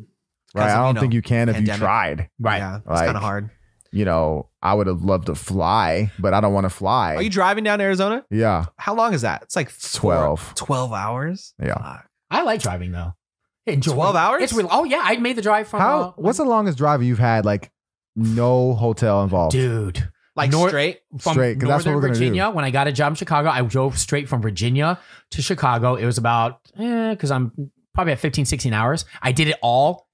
A: Because
B: Right.
A: of,
B: I
A: you
B: don't
A: know,
B: think you can if
A: pandemic.
B: you tried.
D: Right.
A: Yeah, it's
B: Like-
A: kind of hard.
B: You know, I would have loved to fly, but I don't want to fly.
A: Are you driving down to Arizona?
B: yeah.
A: How long is that? It's like
B: It's
A: four-
B: 12.
A: 12 hours.
B: Yeah.
A: Fuck.
D: I like driving though. Enjoy.
A: 12 hours?
D: It's real. Oh yeah, I made the drive from.
B: How?
D: uh,
B: what's the longest drive you've had? Like no hotel involved.
D: dude?
A: like
D: Nor-
A: straight.
D: from
B: Straight, 'cause
D: northern
B: that's what we're gonna do.
D: Virginia. When I got a job in Chicago, I drove straight from Virginia to Chicago. It was about because I'm probably at 15, 16 hours. I did it all.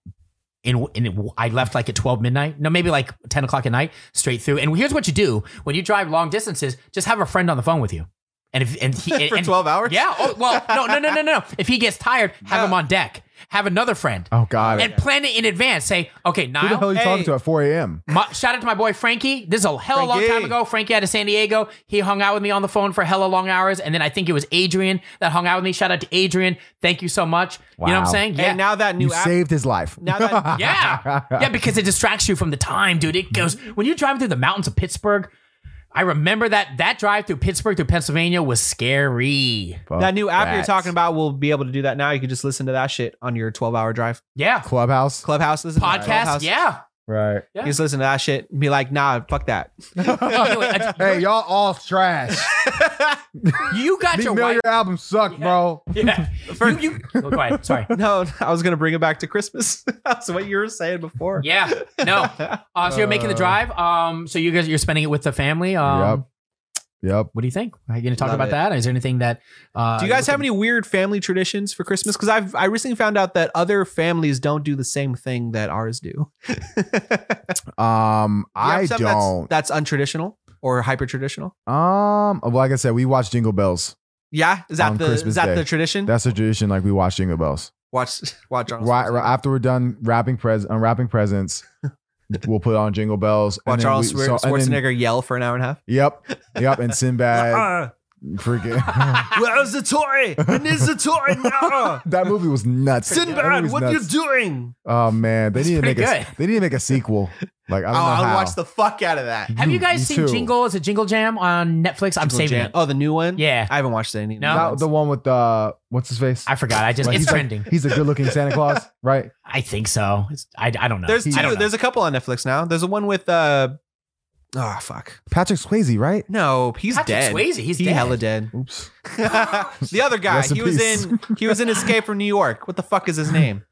D: In, in, I left like at 12 midnight. No, maybe like 10 o'clock at night, straight through. And here's what you do when you drive long distances, just have a friend on the phone with you. And if, and he, and,
A: for
D: and-
A: 12 hours?
D: Yeah. Oh, well, no, no, no, no, no. If he gets tired, have him on deck. Have another friend.
B: Oh God.
D: and plan it in advance. Say, okay,
B: Who the
D: Niall,
B: hell are you talking
A: Hey.
B: to at 4 a.m.?
D: my, shout out to my boy Frankie. This is a hell of a long time
A: Frankie.
D: ago. Frankie out of San Diego. He hung out with me on the phone for hella long hours, and then I think it was Adrian that hung out with me. Shout out to Adrian. Thank you so much. You know what
B: Wow.
D: I'm saying?
A: Hey,
D: Yeah.
A: now that new
B: You
A: app.
B: saved his life.
A: now that
D: yeah. Yeah, because it distracts you from the time, dude. It goes when you drive through the mountains of Pittsburgh. I remember that that drive through Pittsburgh through Pennsylvania was scary.
B: Fuck
A: that new app you're
B: that.
A: talking about will be able to do that now. You can just listen to that shit on your 12 hour drive.
D: Yeah.
B: Clubhouse.
A: Clubhouse listen to
D: Podcast.
A: Clubhouse.
D: Yeah.
B: Right.
D: Yeah.
A: You just listen to that shit and be like, nah, fuck that.
D: Anyway,
B: Hey, y'all all trash.
D: you got
B: Meek
D: your
B: Mill,
D: wife.
B: your album sucked,
D: Yeah.
B: bro.
D: Yeah. You, you, oh, go ahead. Sorry.
A: no, I was gonna bring it back to Christmas. That's what you were saying before.
D: Yeah. No. Uh, so you're making the
B: Uh,
D: drive. Um. So you guys you're spending it with the family. Um.
B: Yep.
D: What do you think? Are you going to talk
A: Love
D: about
A: it.
D: that? Is there anything that? Uh,
A: Do you guys
D: you're
A: have any weird family traditions for Christmas? Because I've I recently found out that other families don't do the same thing that ours do. Do you
B: Um,
A: have
B: I
A: something that's-
B: don't.
A: That's, untraditional or hyper traditional.
B: Um, well, like I said, we watch Jingle Bells.
A: Yeah, is that
B: On
A: the
B: Christmas
A: is that
B: Day.
A: the tradition?
B: That's a tradition. Like we watch Jingle Bells.
A: watch watch Arnold.
B: Right,
A: Schwarzenegger.
B: right after we're done wrapping pres unwrapping presents, we'll put on Jingle Bells. and
A: Watch
B: then
A: Arnold
B: we-
A: Schwar-
B: so- and then-
A: Schwarzenegger yell for an hour and a half.
B: Yep, yep, and Sinbad.
A: Uh,
B: Freaking
A: where's the toy? And is the toy now?
B: that movie was nuts. That movie was nuts.
A: doing?
B: Oh man, they
D: It's
B: need to make
D: pretty
B: a
D: good.
B: they need to make a sequel. Like I
A: Oh,
B: don't know
A: I'll
B: how.
A: watch the fuck out of that.
D: Have you guys
B: you
D: seen
B: too.
D: Jingle? Is it Jingle Jam on Netflix? I'm
A: Jingle
D: saving
A: Jam.
D: it.
A: Oh, the new one.
D: Yeah.
A: I haven't watched any.
D: No.
B: Not the one with uh, what's his face?
D: I forgot. I just
B: Like,
D: it's
B: he's like-
D: trending.
B: he's a good looking Santa Claus, right?
D: I think so. It's, I I don't know.
A: There's
D: I don't
A: two.
D: know.
A: There's a couple on Netflix now. There's the one with uh, oh fuck,
B: Patrick Swayze, right?
A: no, he's
D: Patrick
A: dead.
D: Swayze, he's
A: he
D: dead.
A: hella dead.
B: Oops.
A: the other guy,
B: Rest in
A: he was
B: peace.
A: in he was in Escape from New York. What the fuck is his name?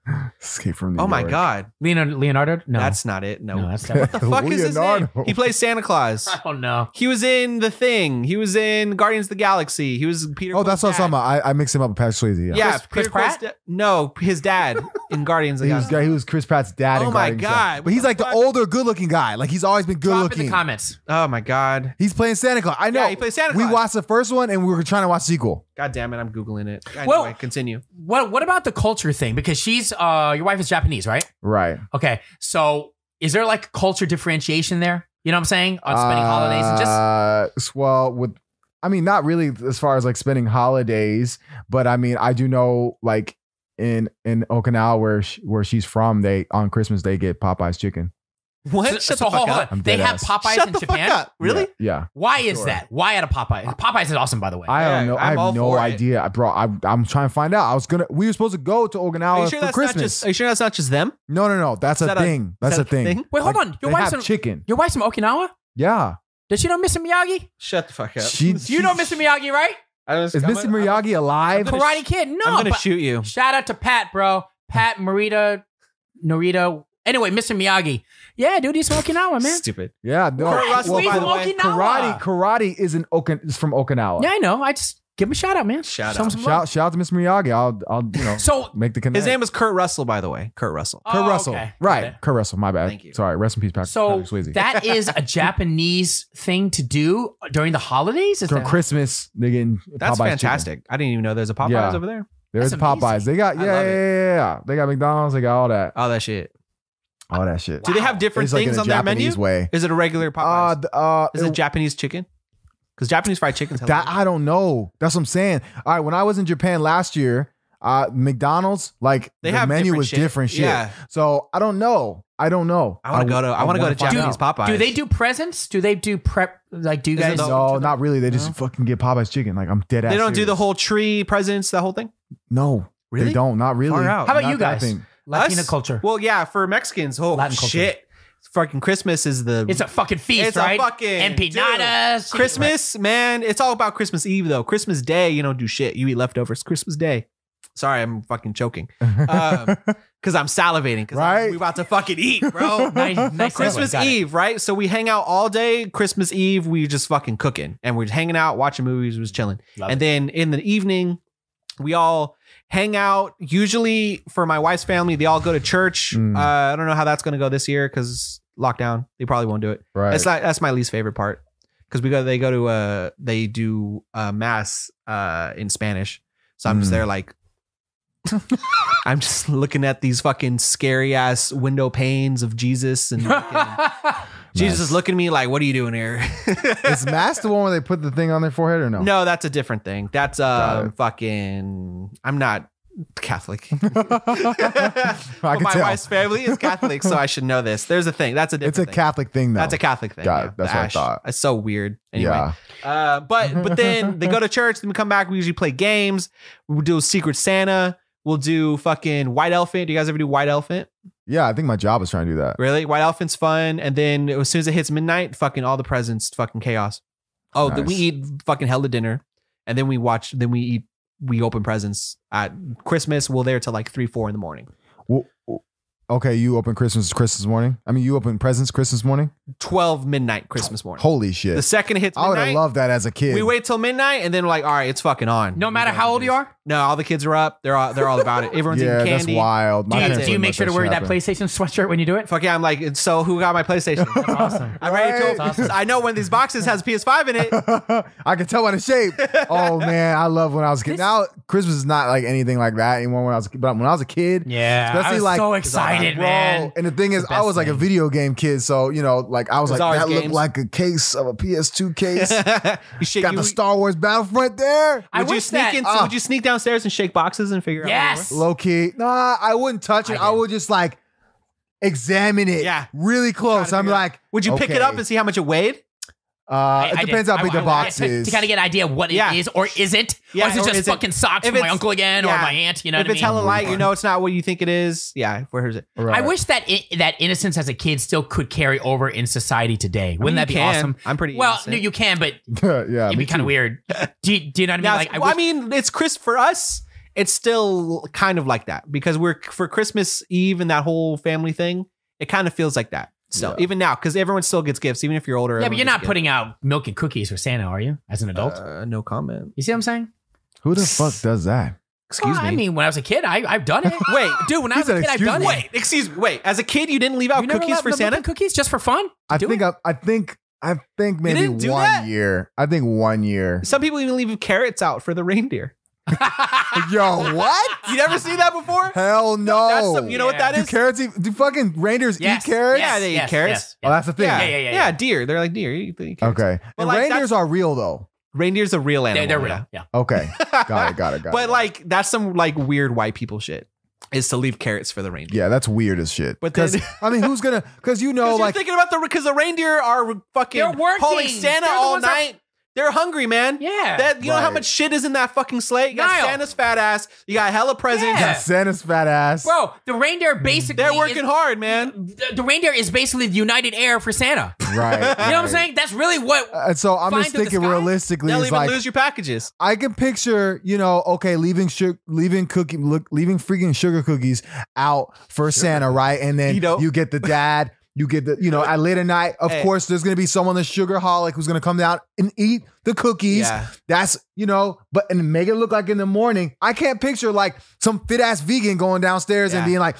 B: Escape from New
A: oh my
B: York.
A: god,
D: Leonardo. Leonardo? No,
A: that's not it. No,
D: no, that's not.
A: what the fuck is his name?
B: Leonardo.
A: He plays Santa Claus.
D: I don't know.
A: He was in The Thing. He was in Guardians of the Galaxy. He was Peter.
B: Oh, that's what I
A: Quill's
B: was talking
A: dad.
B: about. I, I mixed him up with Patrick Swayze. Yeah.
A: Yeah,
D: Chris- Chris
A: Peter Quill's
D: Pratt?
A: da- no, his dad in Guardians of the
B: He was,
A: Galaxy.
B: he was Chris Pratt's dad.
A: Oh
B: in
A: my
B: Guardians.
A: God, what
B: But he's
A: the
B: like
A: fuck?
B: the older, good-looking guy. Like he's always been
D: Drop
B: good-looking.
D: in the comments.
A: Oh my god.
B: He's playing Santa Claus. I know.
A: Yeah, he plays Santa
B: We
A: Claus.
B: watched the first one and we were trying to watch sequel.
A: God damn it, I'm googling it. Anyway,
D: Well-
A: continue.
D: What What about the culture thing? Because she's uh, your wife is Japanese, right?
B: Right.
D: Okay, so is there like culture differentiation there? You know what I'm saying on spending holidays and
A: Uh,
D: just
B: just. Uh, Well, with I mean, not really as far as like spending holidays, but I mean, I do know like in in Okinawa where she, where she's from, they on Christmas they get Popeye's chicken.
A: What?
D: so,
A: Shut
D: so
A: the fuck
D: hold
A: up.
D: on.
B: I'm
D: They
B: dead
D: have
B: ass.
D: Popeyes
A: Shut
D: in
A: the
D: Japan.
A: fuck up. Really?
B: Yeah.
D: Why is
B: Sure.
D: that? Why at a Popeye? Popeyes is awesome, by the way.
B: I don't
A: Yeah,
B: know.
A: I'm
B: i
A: all
B: have no
A: for it.
B: idea, I bro. I, I'm trying to find out. I was gonna. We were supposed to go to
A: Are you
B: Okinawa
A: sure
B: Oh, for
A: that's
B: Christmas.
A: not just? Are you sure that's not just them?
B: no, no, no. That's
A: Is
B: a
A: that a-
B: thing. that's
A: that
B: a thing.
D: Wait, hold on. Your
B: They
D: wife's
B: have
D: in-
B: chicken.
D: your wife's from Okinawa.
B: Yeah.
D: Does she know Mr. Miyagi?
A: Shut the fuck up.
B: She,
D: Do you know Mr. Miyagi, right?
A: I was,
B: Is
A: I'm
B: Mr.
A: gonna-
B: Miyagi alive?
A: I'm gonna
D: Karate Kid. No,
A: I'm gonna
D: but-
A: shoot you.
D: Shout out to Pat, bro. Pat, Marita, Narita. Anyway, Mr. Miyagi. Yeah, dude, he's from Okinawa, man.
A: Stupid.
B: yeah. No.
A: Kurt Russell,
B: well,
A: by the
D: from
A: way,
B: karate. Karate is an Okin. Is from Okinawa.
D: Yeah, I know. I just give him a shout out, man.
A: Shout
D: Show him
A: out.
D: some
B: Shout, shout out to Mr. Miyagi. I'll, I'll, you know,
D: love. So,
B: make the
A: His
B: connection.
A: name is Kurt Russell, by the way. Kurt Russell.
D: oh,
B: Kurt Russell.
D: okay.
B: Right.
D: Got it.
B: Kurt Russell. My bad.
A: Thank you.
B: Sorry. Rest in peace, Patrick,
D: So
B: Patrick Swayze.
D: that is a Japanese thing to do during the holidays. Is
B: During
D: that-
B: Christmas, they getting
A: That's
B: Popeye's chicken.
A: fantastic. I didn't even know there's a Popeyes
B: Yeah.
A: over there.
B: There's
D: That's
B: Popeyes.
D: amazing.
B: They got
A: I
B: yeah, yeah,
A: love it.
B: yeah, yeah. They got McDonald's. They got all that,
A: Oh, that shit.
B: all that shit.
A: Do they have different
B: It's like
A: things
B: in a
A: on their
B: Japanese
A: menu?
B: Way.
A: Is it a regular
B: Uh,
A: Popeyes?
B: th- uh,
A: is it Japanese chicken? Because Japanese fried chicken's hella
B: that
A: good.
B: I don't know. That's what I'm saying. All right, when I was in Japan last year, uh, McDonald's like
A: They
B: the
A: have
B: menu
A: different
B: was
A: shit.
B: different shit.
A: Yeah.
B: So I don't know. I don't know.
A: I want to
B: w-
A: go to. I want to go
B: wanna
A: to
B: find
A: Japanese
B: out.
A: Popeyes.
D: Do they do presents? Do they do prep? Like, do you
A: Is it
D: guys?
A: the-
B: No, not really. They just fucking get Popeye's chicken. Like I'm dead.
A: They
B: ass
A: don't do
B: serious.
A: the whole tree presents, the whole thing.
B: No,
A: Really?
B: they don't. Not really.
A: Far out.
D: How about
B: Not
D: you
B: that
D: guys?
B: thing.
D: Latina
A: Us?
D: culture.
A: Well, yeah, for Mexicans, oh
D: Latin culture.
A: shit, fucking Christmas is the
D: it's a fucking feast,
A: It's a
D: right?
A: fucking-
D: empanadas.
A: Christmas, man. It's all about Christmas Eve though. Christmas Day, you don't do shit. You eat leftovers. Christmas Day. Sorry, I'm fucking choking because I'm salivating because
B: Right?
A: we about to fucking eat, bro.
D: Nice, nice
A: Christmas
D: segue. Got it.
A: Eve, right? So we hang out all day. Christmas Eve, we just fucking cooking and we're hanging out, watching movies, was chilling.
D: Love
A: and then in the evening, we all hang out. Usually for my wife's family, they all go to church.
B: Mm.
A: Uh, I don't know how that's going to go this year because lockdown. They probably won't do it.
B: Right.
A: That's not. That's my least favorite part because we go. They go to. Uh, they do uh, mass uh, in Spanish. So I'm just
B: Mm.
A: there like. I'm just looking at these fucking scary ass window panes of Jesus and fucking- Jesus is looking at me like, "What are you doing here?"
B: Is Mass the one where they put the thing on their forehead or no?
A: no, that's a different thing. That's
B: Got
A: um fucking. I'm not Catholic.
B: I
A: But
B: can
A: my
B: tell.
A: wife's family is Catholic, so I should know this. There's a thing. That's a different.
B: It's a
A: thing.
B: Catholic thing, though.
A: That's a Catholic thing.
B: Got it.
A: yeah.
B: That's
A: The
B: what I
A: ash.
B: thought.
A: It's so weird. Anyway.
B: Yeah.
A: Uh, but but then they go to church, then we come back. We usually play games. We will do Secret Santa. We'll do fucking White Elephant. Do you guys ever do White Elephant?
B: Yeah, I think my job is trying to do that.
A: Really? White Elephant's fun. And then as soon as it hits midnight, fucking all the presents, fucking chaos. Oh, then we
B: Nice.
A: eat fucking hella dinner. And then we watch, then we eat, we open presents at Christmas. We're there till like three, four in the morning.
B: W- w- Okay, you open Christmas Christmas morning. I mean, you open presents Christmas morning.
A: 12 midnight Christmas morning.
B: Holy
A: The
B: shit!
A: second it hits
B: I would have
A: midnight,
B: loved that as a kid.
A: we wait till midnight and then we're like, all right, it's fucking on.
D: No
A: We
D: matter
A: gotta
D: how
A: do
D: old
A: this.
D: you are,
A: No, all the kids are up. They're all, they're all about it. Everyone's
B: yeah,
A: eating
B: that's
A: candy.
B: wild.
D: do
B: My
D: you,
B: parents
D: do you
B: wouldn't
D: make
B: let
D: sure to
B: that
D: wear
B: shit
D: that
B: happen.
D: PlayStation sweatshirt when you do it?
A: Fuck yeah, I'm like, it's- so who got my PlayStation?
D: awesome.
A: I'm ready to
B: Right?
A: It's awesome. I know one of these boxes has PS5 in it.
B: I can tell by the shape. Oh man, I love when I was a kid.
D: This-
B: Now Christmas is not like anything like that anymore. When I was, a kid. but when I was a kid,
D: Yeah, I
B: Especially
D: was
B: like-
D: so
A: It's
D: excited,
B: bro.
D: man.
B: And the thing is,
D: the
B: I
D: best
B: was like a
D: thing.
B: video game kid, so you know, like I was
A: There's
B: like
A: always
B: that
A: games.
B: looked like a case of a PS2 case.
A: you shake,
B: Got
A: you,
B: the Star Wars Battlefront there.
D: I
A: would you
D: wish
A: sneak
D: that-
A: in?
B: Ah.
A: would you sneak downstairs and shake boxes and figure
D: Yes.
A: out?
B: Low key, nah, I wouldn't touch
D: I
B: it. I,
D: did.
B: would just like examine it,
A: Yeah.
B: really
A: Try
B: close.
A: to
B: I'm
A: figure it out.
B: like,
A: Would you pick it
B: okay.
A: up and see how much it weighed?
B: uh,
D: I-
B: it
D: I
B: depends
D: did.
B: how big
D: I-
B: the
D: I-
B: box
D: I-
B: is.
D: To kind of get an idea what it is,
A: Yeah.
D: or is it?
A: Yeah,
D: or is it
A: or
D: just
A: is it-
D: fucking socks
A: if
D: from my
A: it's-
D: uncle again
A: yeah.
D: or my aunt? You know
A: if
D: what
A: it's
D: I mean?
A: hella light, you
B: Right.
A: know it's not what you think it is. Yeah, where is it?
B: Right.
D: I wish that i that innocence as a kid still could carry over in society today. Wouldn't that be
A: You can.
D: awesome?
A: I'm pretty.
D: Well,
A: innocent.
D: no, you can, but
B: yeah,
D: it'd
B: me
D: be kind
B: too.
D: of weird. Do you, do you know what I mean?
A: Now,
D: like, I
A: well,
D: wish,
A: I mean, it's Chris for us. It's still kind of like that because we're for Christmas Eve and that whole family thing. It kind of feels like that. So
B: Yeah.
A: even now, because everyone still gets gifts, even if you're older.
D: yeah,
A: everyone
D: but you're
A: gets
D: not
A: gifts.
D: putting out milk and cookies for Santa, are you? As an adult,
A: Uh, no comment.
D: you see what I'm saying?
B: Who the fuck does that?
A: Excuse
D: Well,
A: me.
D: I mean, when I was a kid, I I've done it.
A: wait,
D: dude, when I
B: He
D: was a
B: said,
D: kid, I've
B: "Excuse
D: done
B: me."
D: it.
A: wait. Excuse me. Wait, as a kid, you didn't leave out
D: You never
A: cookies
D: loved
A: for
D: the milk
A: Santa.
D: and Cookies just for fun?
B: I
D: Do
B: think
D: it?
B: I, I think I think maybe
A: didn't
B: one
A: do that?
B: year. I think one year.
A: Some people even leave carrots out for the reindeer.
B: Yo, what?
A: You never seen that before?
B: Hell no.
A: That's some, you know what
D: Yeah.
A: that
B: do
A: is?
B: carrots eat, do fucking reindeers
D: Yes,
B: eat carrots?
A: Yeah, they eat carrots.
B: Oh, that's the thing.
A: yeah,
D: Yeah, yeah, yeah, yeah.
A: deer. They're like deer. You eat- you eat carrots.
B: Okay.
A: But
B: And
A: like,
B: reindeers are real though.
A: Reindeer's a real
D: They're,
A: animal.
D: they're
A: yeah.
D: real. Yeah.
B: Okay. Got it. Got it. Got
A: But
B: it.
A: like that's some like weird white people shit is to leave carrots for the reindeer.
B: yeah, that's weird as shit.
A: But
B: Because
A: then-
B: I mean, who's gonna? Because you know,
A: Because
B: like
A: you're thinking about the because the reindeer are fucking
D: They're working.
A: hauling Santa
D: They're the
A: all
D: ones that-
A: night. They're hungry, man.
D: Yeah.
A: That you know how
B: Right.
A: much shit is in that fucking slate? You got
D: Niall.
A: Santa's fat ass. You got hella presents.
D: Yeah.
B: Santa's fat ass.
D: Bro, the reindeer basically
A: Mm. They're working
D: is-
A: hard, man.
D: The, the reindeer is basically the United Air for Santa. You
B: Right.
D: know what I'm saying? That's really what.
A: Uh,
B: And so I'm
D: Flying
B: just
D: through the
B: thinking
D: sky?
B: realistically,
A: They'll
B: it's
A: even
B: like
A: lose your packages.
B: I can picture, you know, okay, leaving sugar, leaving cookie, look, leaving freaking sugar cookies out for Santa, right? And then
A: You
B: you,
A: know?
B: get the dad, you get the, you know, at late at night, of
A: Hey.
B: course, there's gonna be someone the sugar holic who's gonna come down and eat the cookies.
A: Yeah.
B: That's you know, but and make it look like in the morning. I can't picture like some fit ass vegan going downstairs
A: Yeah.
B: and being like,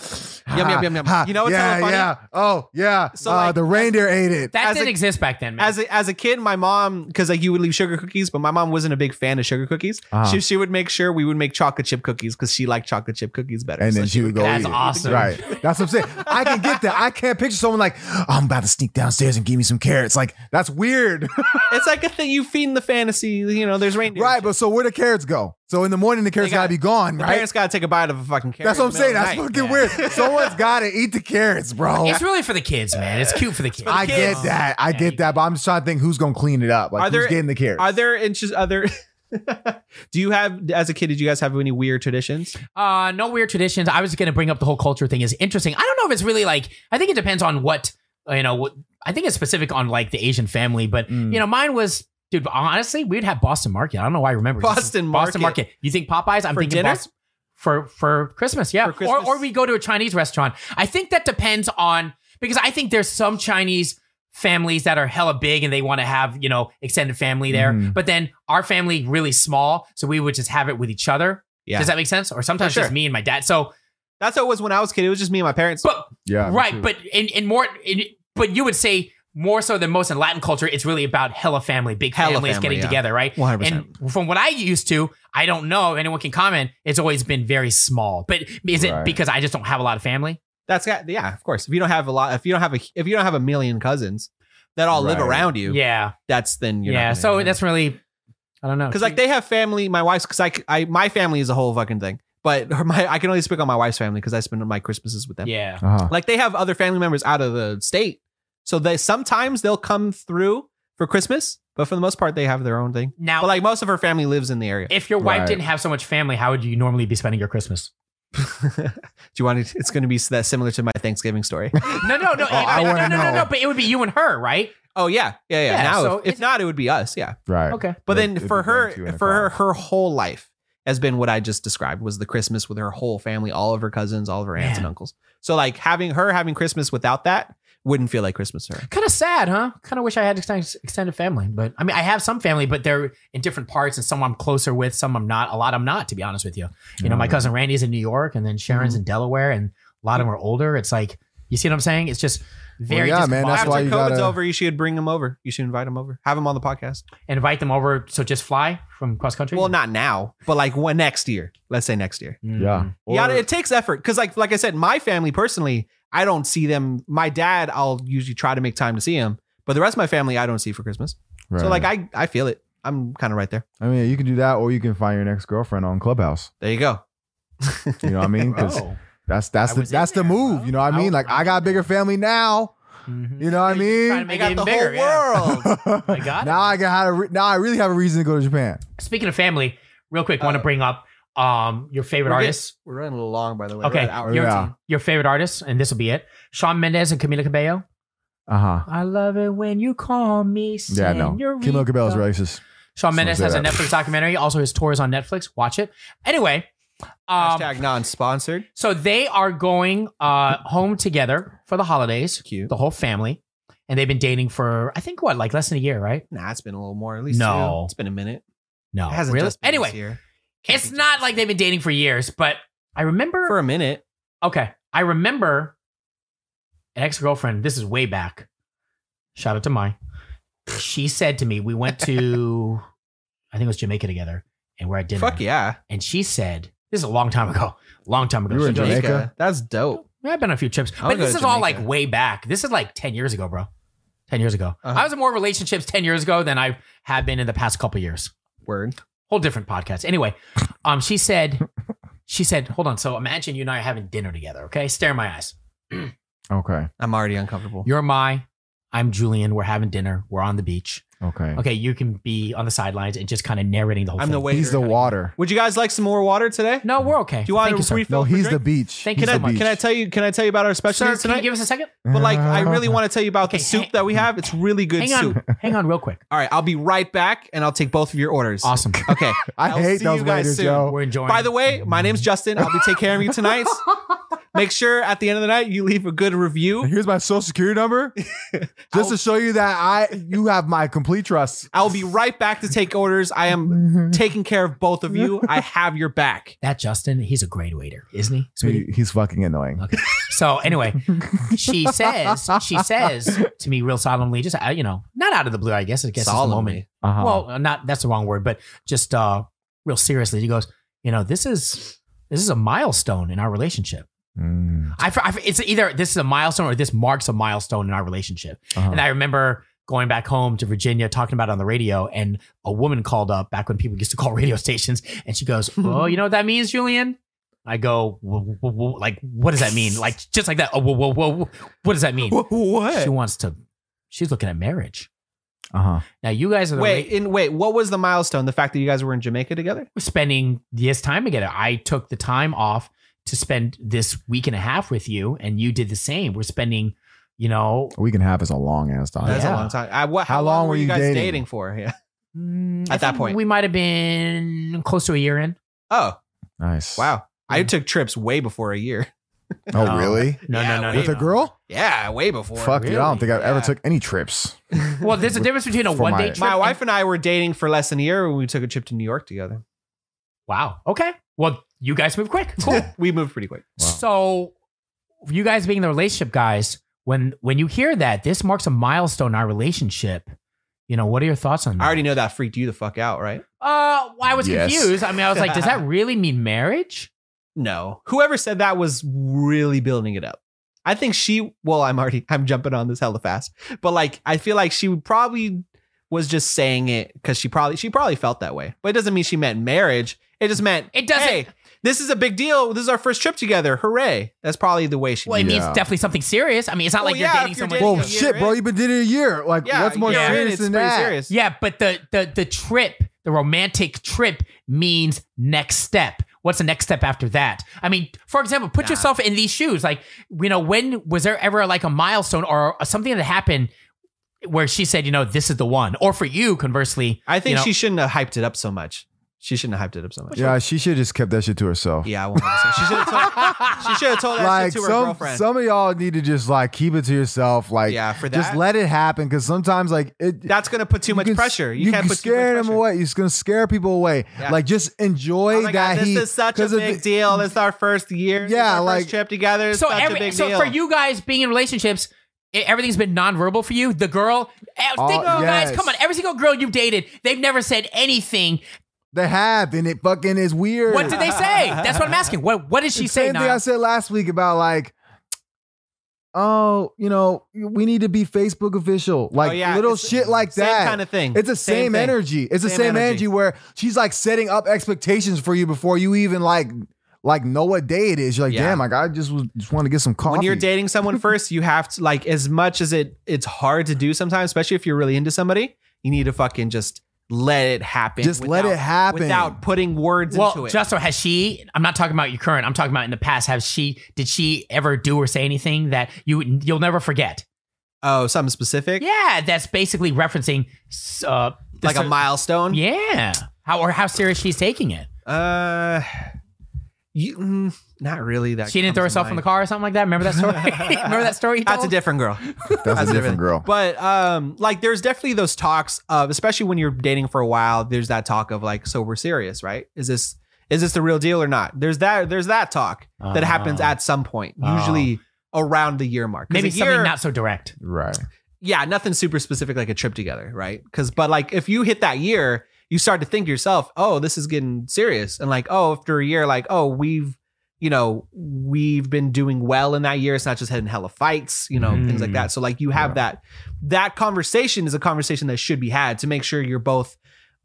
A: Yum, yum, yum, yum. You know what's
B: yeah,
A: hella funny?
B: yeah, oh yeah,
A: So,
B: uh,
A: like,
B: the reindeer ate it.
D: That
A: As
D: didn't
A: a-
D: exist back then, man.
A: As a, as a kid, my mom because like you would leave sugar cookies, but my mom wasn't a big fan of sugar cookies.
B: Uh-huh.
A: She she would make sure we would make chocolate chip cookies because she liked chocolate chip cookies better.
B: and
A: So
B: then she would go.
D: That's
B: eat it.
D: awesome.
B: right? That's what I'm saying. I can get that. I can't picture someone like I'm about to sneak downstairs and give me some carrots. Like that's weird,
A: it's like a thing you feed in the fantasy. You know, there's reindeer.
B: right? But so where the carrots go? So in the morning the carrots
A: got-
B: gotta be gone,
A: The
B: right?
A: parents gotta take a bite of a fucking carrot.
B: That's what I'm
A: in the
B: saying.
A: middle of
B: That's
A: the night.
B: fucking weird. Someone's gotta eat the carrots, bro.
D: it's really for the kids, man. It's cute for the kids.
B: I get that. I get that. But I'm just trying to think who's gonna clean it up. Like
A: Are there-
B: who's getting the carrots?
A: Are there inches other? do you have as a kid? Did you guys have any weird traditions?
D: Uh, no weird traditions. I was going to bring up the whole culture thing is interesting. I don't know if it's really like. I think it depends on what uh, you know. What I think it's specific on like the Asian family, but
B: Mm.
D: you know, mine was. Dude, honestly, we'd have Boston Market. I don't know why I remember this.
A: Boston
D: Boston
A: Market.
D: Market. You think Popeyes? I'm
A: For
D: thinking
A: dinner?
D: Boston for for Christmas. Yeah,
A: For Christmas.
D: or or we go to a Chinese restaurant. I think that depends on because I think there's some Chinese families that are hella big and they want to have you know extended family there,
A: Mm-hmm.
B: Mhm.
D: but then our family really small, so we would just have it with each other.
A: Yeah.
D: Does that make sense? Or sometimes
A: sure.
D: just me and my dad. So,
A: That's how it was when I was a kid. It was just me and my parents.
D: but
B: yeah, me
D: right,
B: too.
D: but in, in more, in, but you would say more so than most in Latin culture, it's really about hella family, big
A: Hella
D: families
A: family,
D: getting
A: yeah.
D: together, right?
A: 100%.
D: And from what I used to, I don't know. If anyone can comment. It's always been very small. But is it
B: Right.
D: because I just don't have a lot of family?
A: That's got yeah, of course. If you don't have a lot, if you don't have a, if you don't have a million cousins that all live
B: Right.
A: around you,
D: Yeah,
A: that's then you're
D: yeah.
A: Not
D: So that's really, I don't know.
A: because like they have family. My wife's because I, I my family is a whole fucking thing, but her, my I can only speak on my wife's family because I spend my Christmases with them.
D: yeah,
B: Uh-huh.
A: Like they have other family members out of the state, so they sometimes they'll come through for Christmas, but for the most part they have their own thing.
D: now.
A: But like most of her family lives in the area.
D: if your wife
B: Right.
D: didn't have so much family, how would you normally be spending your Christmas?
A: Do you want it? It's going to be that similar to my Thanksgiving story.
D: No, no, no,
B: I
D: no, no,
B: wanna
D: no, no,
B: know.
D: no. But it would be you and her, right?
A: Oh yeah, yeah, yeah.
D: Yeah,
A: now,
D: so
A: if, if
D: it's-
A: not, it would be us. Yeah.
B: Right.
D: Okay.
A: But
B: It'd-
A: then
B: it'd
A: for
B: be them
A: her,
B: two in a
A: for her,
B: car.
A: her whole life has been what I just described was the Christmas with her whole family, all of her cousins, all of her aunts and
D: Man.
A: uncles. So like having her having Christmas without that wouldn't feel like Christmas to her.
D: Kind of sad, huh? Kind of wish I had extended extended family, but I mean, I have some family, but they're in different parts, and some I'm closer with, some I'm not. A lot I'm not, to be honest with you. You know, my
B: Yeah.
D: cousin Randy's in New York, and then Sharon's
B: Mm-hmm.
D: in Delaware, and a lot of them are older. It's like, you see what I'm saying? It's just very
B: yeah, man, that's
D: discombobulated.
B: why
A: After
B: you
A: COVID's
B: gotta-
A: over, you should bring them over. You should invite them over. Have them on the podcast.
D: invite them over. So just fly from cross country.
A: Well, not now, but like when next year. Let's say next year.
D: Mm.
B: Yeah.
A: yeah,
B: Or-
A: it takes effort because, like, like I said, my family personally, I don't see them. My dad, I'll usually try to make time to see him, but the rest of my family, I don't see for Christmas.
B: right.
A: So, like, I I feel it. I'm kind of right there.
B: I mean, you can do that, or you can find your next girlfriend on Clubhouse.
A: There you go.
B: You know what I mean? Because
D: Oh.
B: that's that's
D: I
B: the
D: was in
B: that's the
D: there,
B: move.
D: bro.
B: You know what I
D: I
B: mean?
D: was-
B: like I got a bigger family now.
D: Mhm.
A: Mm-hmm.
B: You know what I
D: Trying to
B: mean?
D: make
A: got
D: it even
A: the whole
D: bigger. yeah.
A: world.
D: I got it.
B: now I can have a re- now I really have a reason to go to Japan.
D: Speaking of family, real quick, want to
A: Uh,
D: bring up um your favorite
A: we're good.
D: artists.
A: We're running a little long, by the way. We're
D: Okay,
A: at an hour.
D: your,
B: Yeah.
D: your favorite artists, and this will be it. Sean Mendez and Camila Cabello.
B: Uh huh.
D: I love it when you call me.
B: Yeah, no.
D: senorita.
B: Kimo Cabello's racist.
D: Sean
B: Someone
D: Mendes
B: say
D: has a
B: that.
D: Netflix documentary. Also, his tour is on Netflix. Watch it. Anyway, um,
A: Hashtag non-sponsored.
D: so they are going uh, home together for the holidays.
A: Cute.
D: The whole family, and they've been dating for I think what, like less than a year, right?
A: Nah, it's been a little more. At least
D: No.
A: two. it's been a minute.
D: No,
A: it hasn't
D: really.
A: just been
D: anyway,
A: this year. Can't
D: it's
A: be
D: not like they've been dating for years, but I remember.
A: for a minute.
D: okay, I remember an ex girlfriend. This is way back. Shout out to mine. She said to me, we went to, I think it was Jamaica together, and we're at dinner.
A: Fuck yeah,
D: And she said, this is a long time ago. Long time ago.
B: We were in
D: She goes,
B: Jamaica.
A: That's dope.
D: yeah, I've been on a few trips,
A: I would
D: but
A: go
D: this
A: to
D: is all like
A: Jamaica.
D: way back. This is like ten years ago, bro. Ten years ago.
A: Uh-huh.
D: I was in more relationships ten years ago than I have been in the past couple years
A: Word.
D: whole different podcast. Anyway, um, she said, she said, hold on. So imagine you and I are having dinner together. Okay, stare in my eyes.
B: Okay.
A: I'm already uncomfortable.
D: You're my, I'm Julian. We're having dinner. We're on the beach.
B: Okay.
D: Okay, you can be on the sidelines and just kind of narrating the whole
A: I'm
D: thing.
A: the waiter.
B: He's the water.
A: Would you guys like some more water today?
D: No, we're okay.
A: Do you want
D: Thank
A: to
D: you, sir.
A: refill
B: No,
A: for
B: he's
A: drink?
B: the beach.
D: Thank
B: he's
D: you so
B: the
D: much.
B: beach.
A: Can I tell you? Can I tell you about our special
D: Sir,
A: needs
D: can you
A: tonight?
D: give us a second?
A: but like, I really want to tell you about the
D: Okay,
A: soup
D: hang-
A: that we have. It's really good
D: Hang
A: soup.
D: on, hang on, real quick.
A: All right, I'll be right back, and I'll take both of your orders.
D: Awesome.
A: Okay.
B: I
A: I'll
B: hate
A: see
B: those
A: you guys
B: waiters,
A: soon.
B: yo.
D: Oh, We're enjoying.
A: By the way, my name's Justin. I'll be taking care of you tonight. Make sure at the end of the night you leave a good review.
B: Here's my social security number, just to show you that I you have my complete trust.
A: I'll be right back to take orders. I am taking care of both of you. I have your back.
D: that Justin, he's a great waiter, isn't he?
B: He-
D: Sweetie.
B: he's fucking annoying. Uh-huh.
D: Okay. So anyway, she says, she says to me real solemnly, just uh, you know, not out of the blue, I guess. I guess it's the moment.
A: Solemnly.
B: Uh-huh.
D: well uh, not that's the wrong word but just uh real seriously he goes you know this is this is a milestone in our relationship
B: Mm,
D: I, I it's either this is a milestone or this marks a milestone in our relationship
B: uh-huh.
D: and i remember going back home to virginia talking about it on the radio and a woman called up back when people used to call radio stations and she goes
A: Hmm.
D: oh you know what that means julian I go, "Wh- wh- wh- like, what does that mean? Like, just like that. Oh, whoa, whoa, whoa, what does that mean?
A: What?
D: She wants to, she's looking at marriage.
B: Uh-huh.
D: Now, you guys are the
A: Wait, in wait, what was the milestone? The fact that you guys were in Jamaica together?
D: spending this time together. I took the time off to spend this week and a half with you, and you did the same. We're spending, you know,
B: A week and a half is a long ass time.
A: That's
D: Oh, Yeah.
A: a long time. I, what, how, long, were you guys dating, for? Yeah.
D: mm,
A: At
D: I
A: that
D: think
A: point.
D: we might have been close to a year in.
A: Oh,
B: Nice.
A: wow.
D: Mm.
A: I took trips way before a year.
B: Oh,
D: No.
B: really?
D: No,
A: Yeah,
D: no, no,
B: With
D: no.
B: a girl?
A: Yeah, way before.
B: Fuck dude, I don't think I've ever
A: Yeah.
B: took any trips.
D: Well, there's a difference between a
B: For
D: one
B: my-
D: day trip.
A: My
D: and-
A: wife and I were dating for less than a year when we took a trip to New York together.
D: wow. Okay. Well, you guys move quick. Cool.
A: we moved pretty quick.
B: Wow.
D: So, you guys being the relationship guys, when when you hear that, this marks a milestone in our relationship. You know, what are your thoughts on that?
A: I already know that freaked you the fuck out, right?
D: Uh, I was
B: Yes.
D: confused. I mean, I was like, does that really mean marriage?
A: No. Whoever said that was really building it up. I think she, well, I'm already, I'm jumping on this hella fast, but like, I feel like she would probably was just saying it because she probably, she probably felt that way. But it doesn't mean she meant marriage. It just meant,
D: It doesn't-
A: Hey, this is a big deal. This is our first trip together. Hooray. That's probably the way she
D: Well, it
A: meant
D: means
B: Yeah.
D: definitely something serious. I mean, it's not
A: Well,
D: like
A: yeah,
D: you're
A: if
D: dating
A: you're
D: someone.
A: dating-
B: Well,
A: Yeah,
B: shit,
A: right?
B: bro. You've been dating a year. Like,
A: it. Yeah.
B: what's more
A: yeah,
B: serious
A: it's
B: than
A: pretty
B: that?
A: serious.
D: yeah, but the the the trip, the romantic trip, means next step. what's the next step after that? I mean, for example, put yourself in these shoes. Like, you know, when was there ever like a milestone or something that happened where she said, you know, this is the one? Or for you, conversely,
A: I think
D: you know,
A: she shouldn't have hyped it up so much. She shouldn't have hyped it up so much.
B: Yeah, she should have just kept that shit to herself.
A: Yeah, I won't. understand. She should have told. She should have told that
B: Like
A: shit to her
B: some
A: girlfriend.
B: some of y'all need to just like keep it to yourself. Like
A: yeah, for that.
B: just let it happen because sometimes like it
A: that's gonna put too
B: you
A: much
B: can-
A: pressure. You,
B: You,
A: can't
B: can
A: put too much
B: scare them
A: pressure.
B: away. You're gonna scare people away.
A: Yeah.
B: Like just enjoy
A: Oh my
B: that
A: God, this
B: he.
A: is such a
B: 'cause if
A: big
B: it-
A: deal. It's our first year. This is
B: Yeah,
A: our
B: like-
A: first trip together. It's
D: so
A: such
D: every
A: a big
D: so
A: deal.
D: for you guys being in relationships e- everything's been nonverbal for you the girl eh,
B: Oh,
D: think, guys
B: yes.
D: come on every single girl you've dated they've never said anything
B: They have, and it fucking is weird.
D: what did they say that's what i'm asking what what did she
B: It's the
D: say
B: Same thing
D: Niall?
B: I said last week about like. Oh, you know, we need to be Facebook official, like
A: Oh, yeah,
B: little
A: it's the
B: shit like
A: same
B: that.
A: kinda thing.
B: It's the
A: Same
B: same,
A: thing.
B: energy. It's the
A: Same
B: same
A: energy.
B: energy. where she's like setting up expectations for you before you even like like know what day it is. You're like,
A: Yeah.
B: damn, like I just was just want to get some coffee.
A: when you're dating someone first, you have to like as much as it it's hard to do sometimes, especially if you're really into somebody. You need to fucking just let it happen.
B: Just let it happen.
A: without putting words into
D: well
A: it.
D: justo has she i'm not talking about your current i'm talking about in the past has she did she ever do or say anything that you you'll never forget
A: oh, something specific,
D: yeah that's basically referencing uh the
A: like a
D: cer-
A: milestone.
D: yeah how or how serious she's taking it
A: Uh, you, mm, not really. That
D: she didn't
A: comes
D: throw
A: to
D: herself in
A: mind.
D: the car or something like that remember that story remember that story you
A: That's a
D: told?
A: different girl.
B: that's a different girl.
A: But um, like there's definitely those talks of, especially when you're dating for a while. There's that talk of like, so we're serious, right? Is this is this the real deal or not? There's that there's that talk that happens
D: Oh.
A: at some point,
D: Oh.
A: usually around the year mark. 'Cause
D: maybe
A: a
D: something
A: year-
D: not so direct.
B: right.
A: yeah, nothing super specific like a trip together, right? Because but like if you hit that year, you start to think to yourself, oh, this is getting serious, and like oh, after a year, like oh, we've you know we've been doing well in that year. It's not just heading hella fights, you know, things like
D: Mm.
A: that. So like you have
B: Yeah.
A: that that conversation is a conversation that should be had to make sure you're both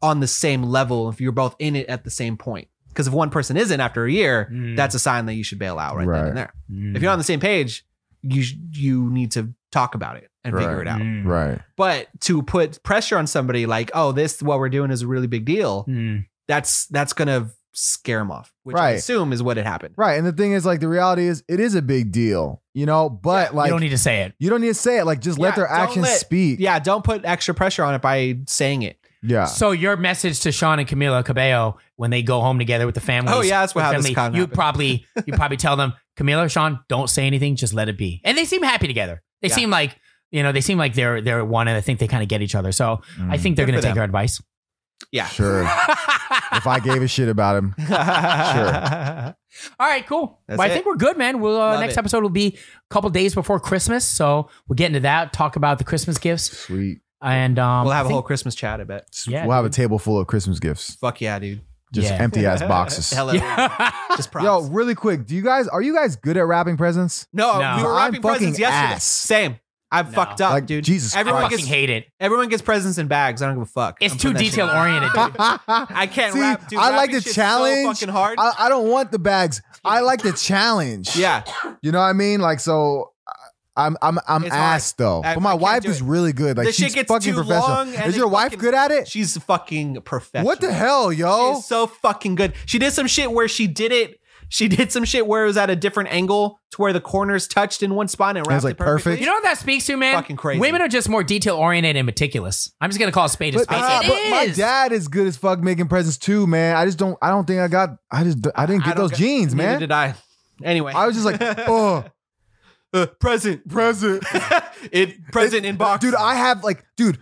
A: on the same level if you're both in it at the same point. Because if one person isn't after a year,
D: Mm.
A: that's a sign that you should bail out right, then
B: Right.
A: and there. If you're on the same page, you sh- you need to talk about it and figure
B: Right.
A: it
B: Mm-hmm.
A: out.
D: Mm.
B: Right.
A: But to put pressure on somebody like, oh, this what we're doing is a really big
B: Mm.
A: deal.
D: Mm.
A: That's that's gonna scare them off, which I
B: Right.
A: assume is what had happened.
B: Right. And the thing is, like, the reality is, it is a big deal, you know. But like,
D: you don't need to say it.
B: to say it. Like, just
A: Yeah,
B: let their
A: don't
B: actions
A: let-
B: speak.
A: Yeah, don't put extra pressure on it by saying it.
B: Yeah.
D: So your message to Sean and Camila Cabello when they go home together with the family.
A: Oh, yeah, that's what- how this con
D: You
A: happened.
D: probably you probably tell them Camila, Sean, don't say anything, just let it be. And they seem happy together. They
A: Yeah.
D: seem like you know they seem like they're they're one, and I think they kind of get each other. So I think they're
A: Mm. Good
D: going to
A: for
D: take
A: them.
D: your advice.
A: Yeah.
B: Mm. Sure. if I gave a shit about him,
D: All right, cool.
A: That's
D: well, I
A: it.
D: think we're good, man. We'll uh,
A: Love
D: next
A: it.
D: episode will be a couple days before Christmas, so we'll get into that. Talk about the Christmas gifts,
B: sweet.
D: and um,
A: We'll
D: I
A: have a
D: think-
A: whole Christmas chat, I bet.
D: Yeah,
B: we'll have a table full of Christmas gifts,
A: Fuck yeah, dude.
B: just
D: Yeah.
B: empty ass boxes.
A: Hello.
D: Yeah.
A: Just props.
B: Yo, really quick, do you guys are you guys good at wrapping presents?
A: no,
D: No.
A: we were
B: I'm
A: wrapping presents
B: fucking
A: yesterday.
B: ass.
A: Same. I've
D: No.
A: fucked up,
B: Like,
A: dude.
B: Jesus
A: everyone
D: I
B: Christ.
A: gets
D: fucking hate it.
A: everyone gets presents in bags. I don't give a fuck.
D: It's
A: I'm
D: too
A: putting that shit
D: detail
A: away.
D: oriented, dude.
A: I can't
B: See,
A: rap, dude.
B: I like
A: Rapping
B: the
A: shit's So
B: challenge.
A: fucking hard.
B: I, I don't want the bags. I like the challenge.
A: yeah.
B: you know what I mean. Like so, I- I'm I'm I'm
A: It's hard.
B: ass though.
A: I-
B: but my
A: I can't
B: wife
A: do
B: is
A: it.
B: really good. Like
A: The shit
B: she's
A: gets
B: fucking
A: too long
B: professional.
A: and
B: Is
A: it
B: your wife
A: fucking-
B: good at it?
A: She's fucking professional.
B: What the hell, yo?
A: She's so fucking good. She did some shit where she did it. She did some shit where it was at a different angle to where the corners touched in one spot and it
B: was,
A: wrapped
B: like,
A: it perfectly.
B: perfect.
D: You know what that speaks to, man?
A: Fucking crazy.
D: Women are just more detail oriented and meticulous. I'm just gonna call a spade a
B: But,
D: spade.
A: uh,
B: ah,
D: It
B: but my
D: is.
B: dad is good as fuck making presents too, man. I just don't. I don't think I got. I just. I didn't
A: I
B: get
A: don't
B: those
A: get-
B: jeans,
A: Neither
B: man.
A: Did I? Anyway,
B: I was just like, oh,
A: uh, present,
B: present,
A: it present in box,
B: dude. I have like, dude,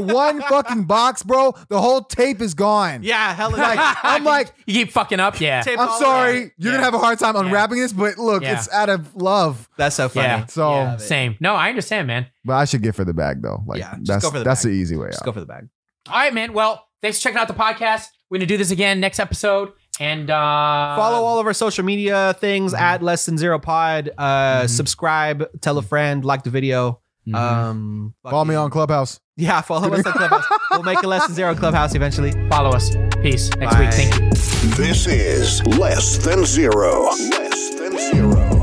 B: one fucking box, bro, the whole tape is gone.
A: yeah, hell
B: Like, I'm like,
D: You keep fucking up, yeah.
A: Tape all
B: I'm sorry,
A: around.
B: you're gonna have a hard time unwrapping this, but look,
D: Yeah.
B: it's out of love.
A: That's so funny.
D: Yeah.
B: So,
D: Yeah, same. No, I understand, man.
B: but I should get for the bag though. Like,
A: Yeah, just
B: that's
A: go for the
B: that's
A: bag.
B: the easy way
A: Just
B: out.
A: go for the bag.
D: All right, man. Well, thanks for checking out the podcast. We're gonna do this again next episode. And uh
B: Um,
A: Follow all of our social media things
B: mm-hmm.
A: at Less Than Zero Pod. Uh, Subscribe, tell a friend, like the video.
D: Mhm.
A: Um,
B: Follow me
A: fucking-
B: on Clubhouse.
A: Yeah, follow us on Clubhouse. we'll make a Less Than Zero Clubhouse eventually.
D: follow us. Peace. Next
A: Bye.
D: week. Thank you.
C: This is Less Than Zero. Less Than Zero.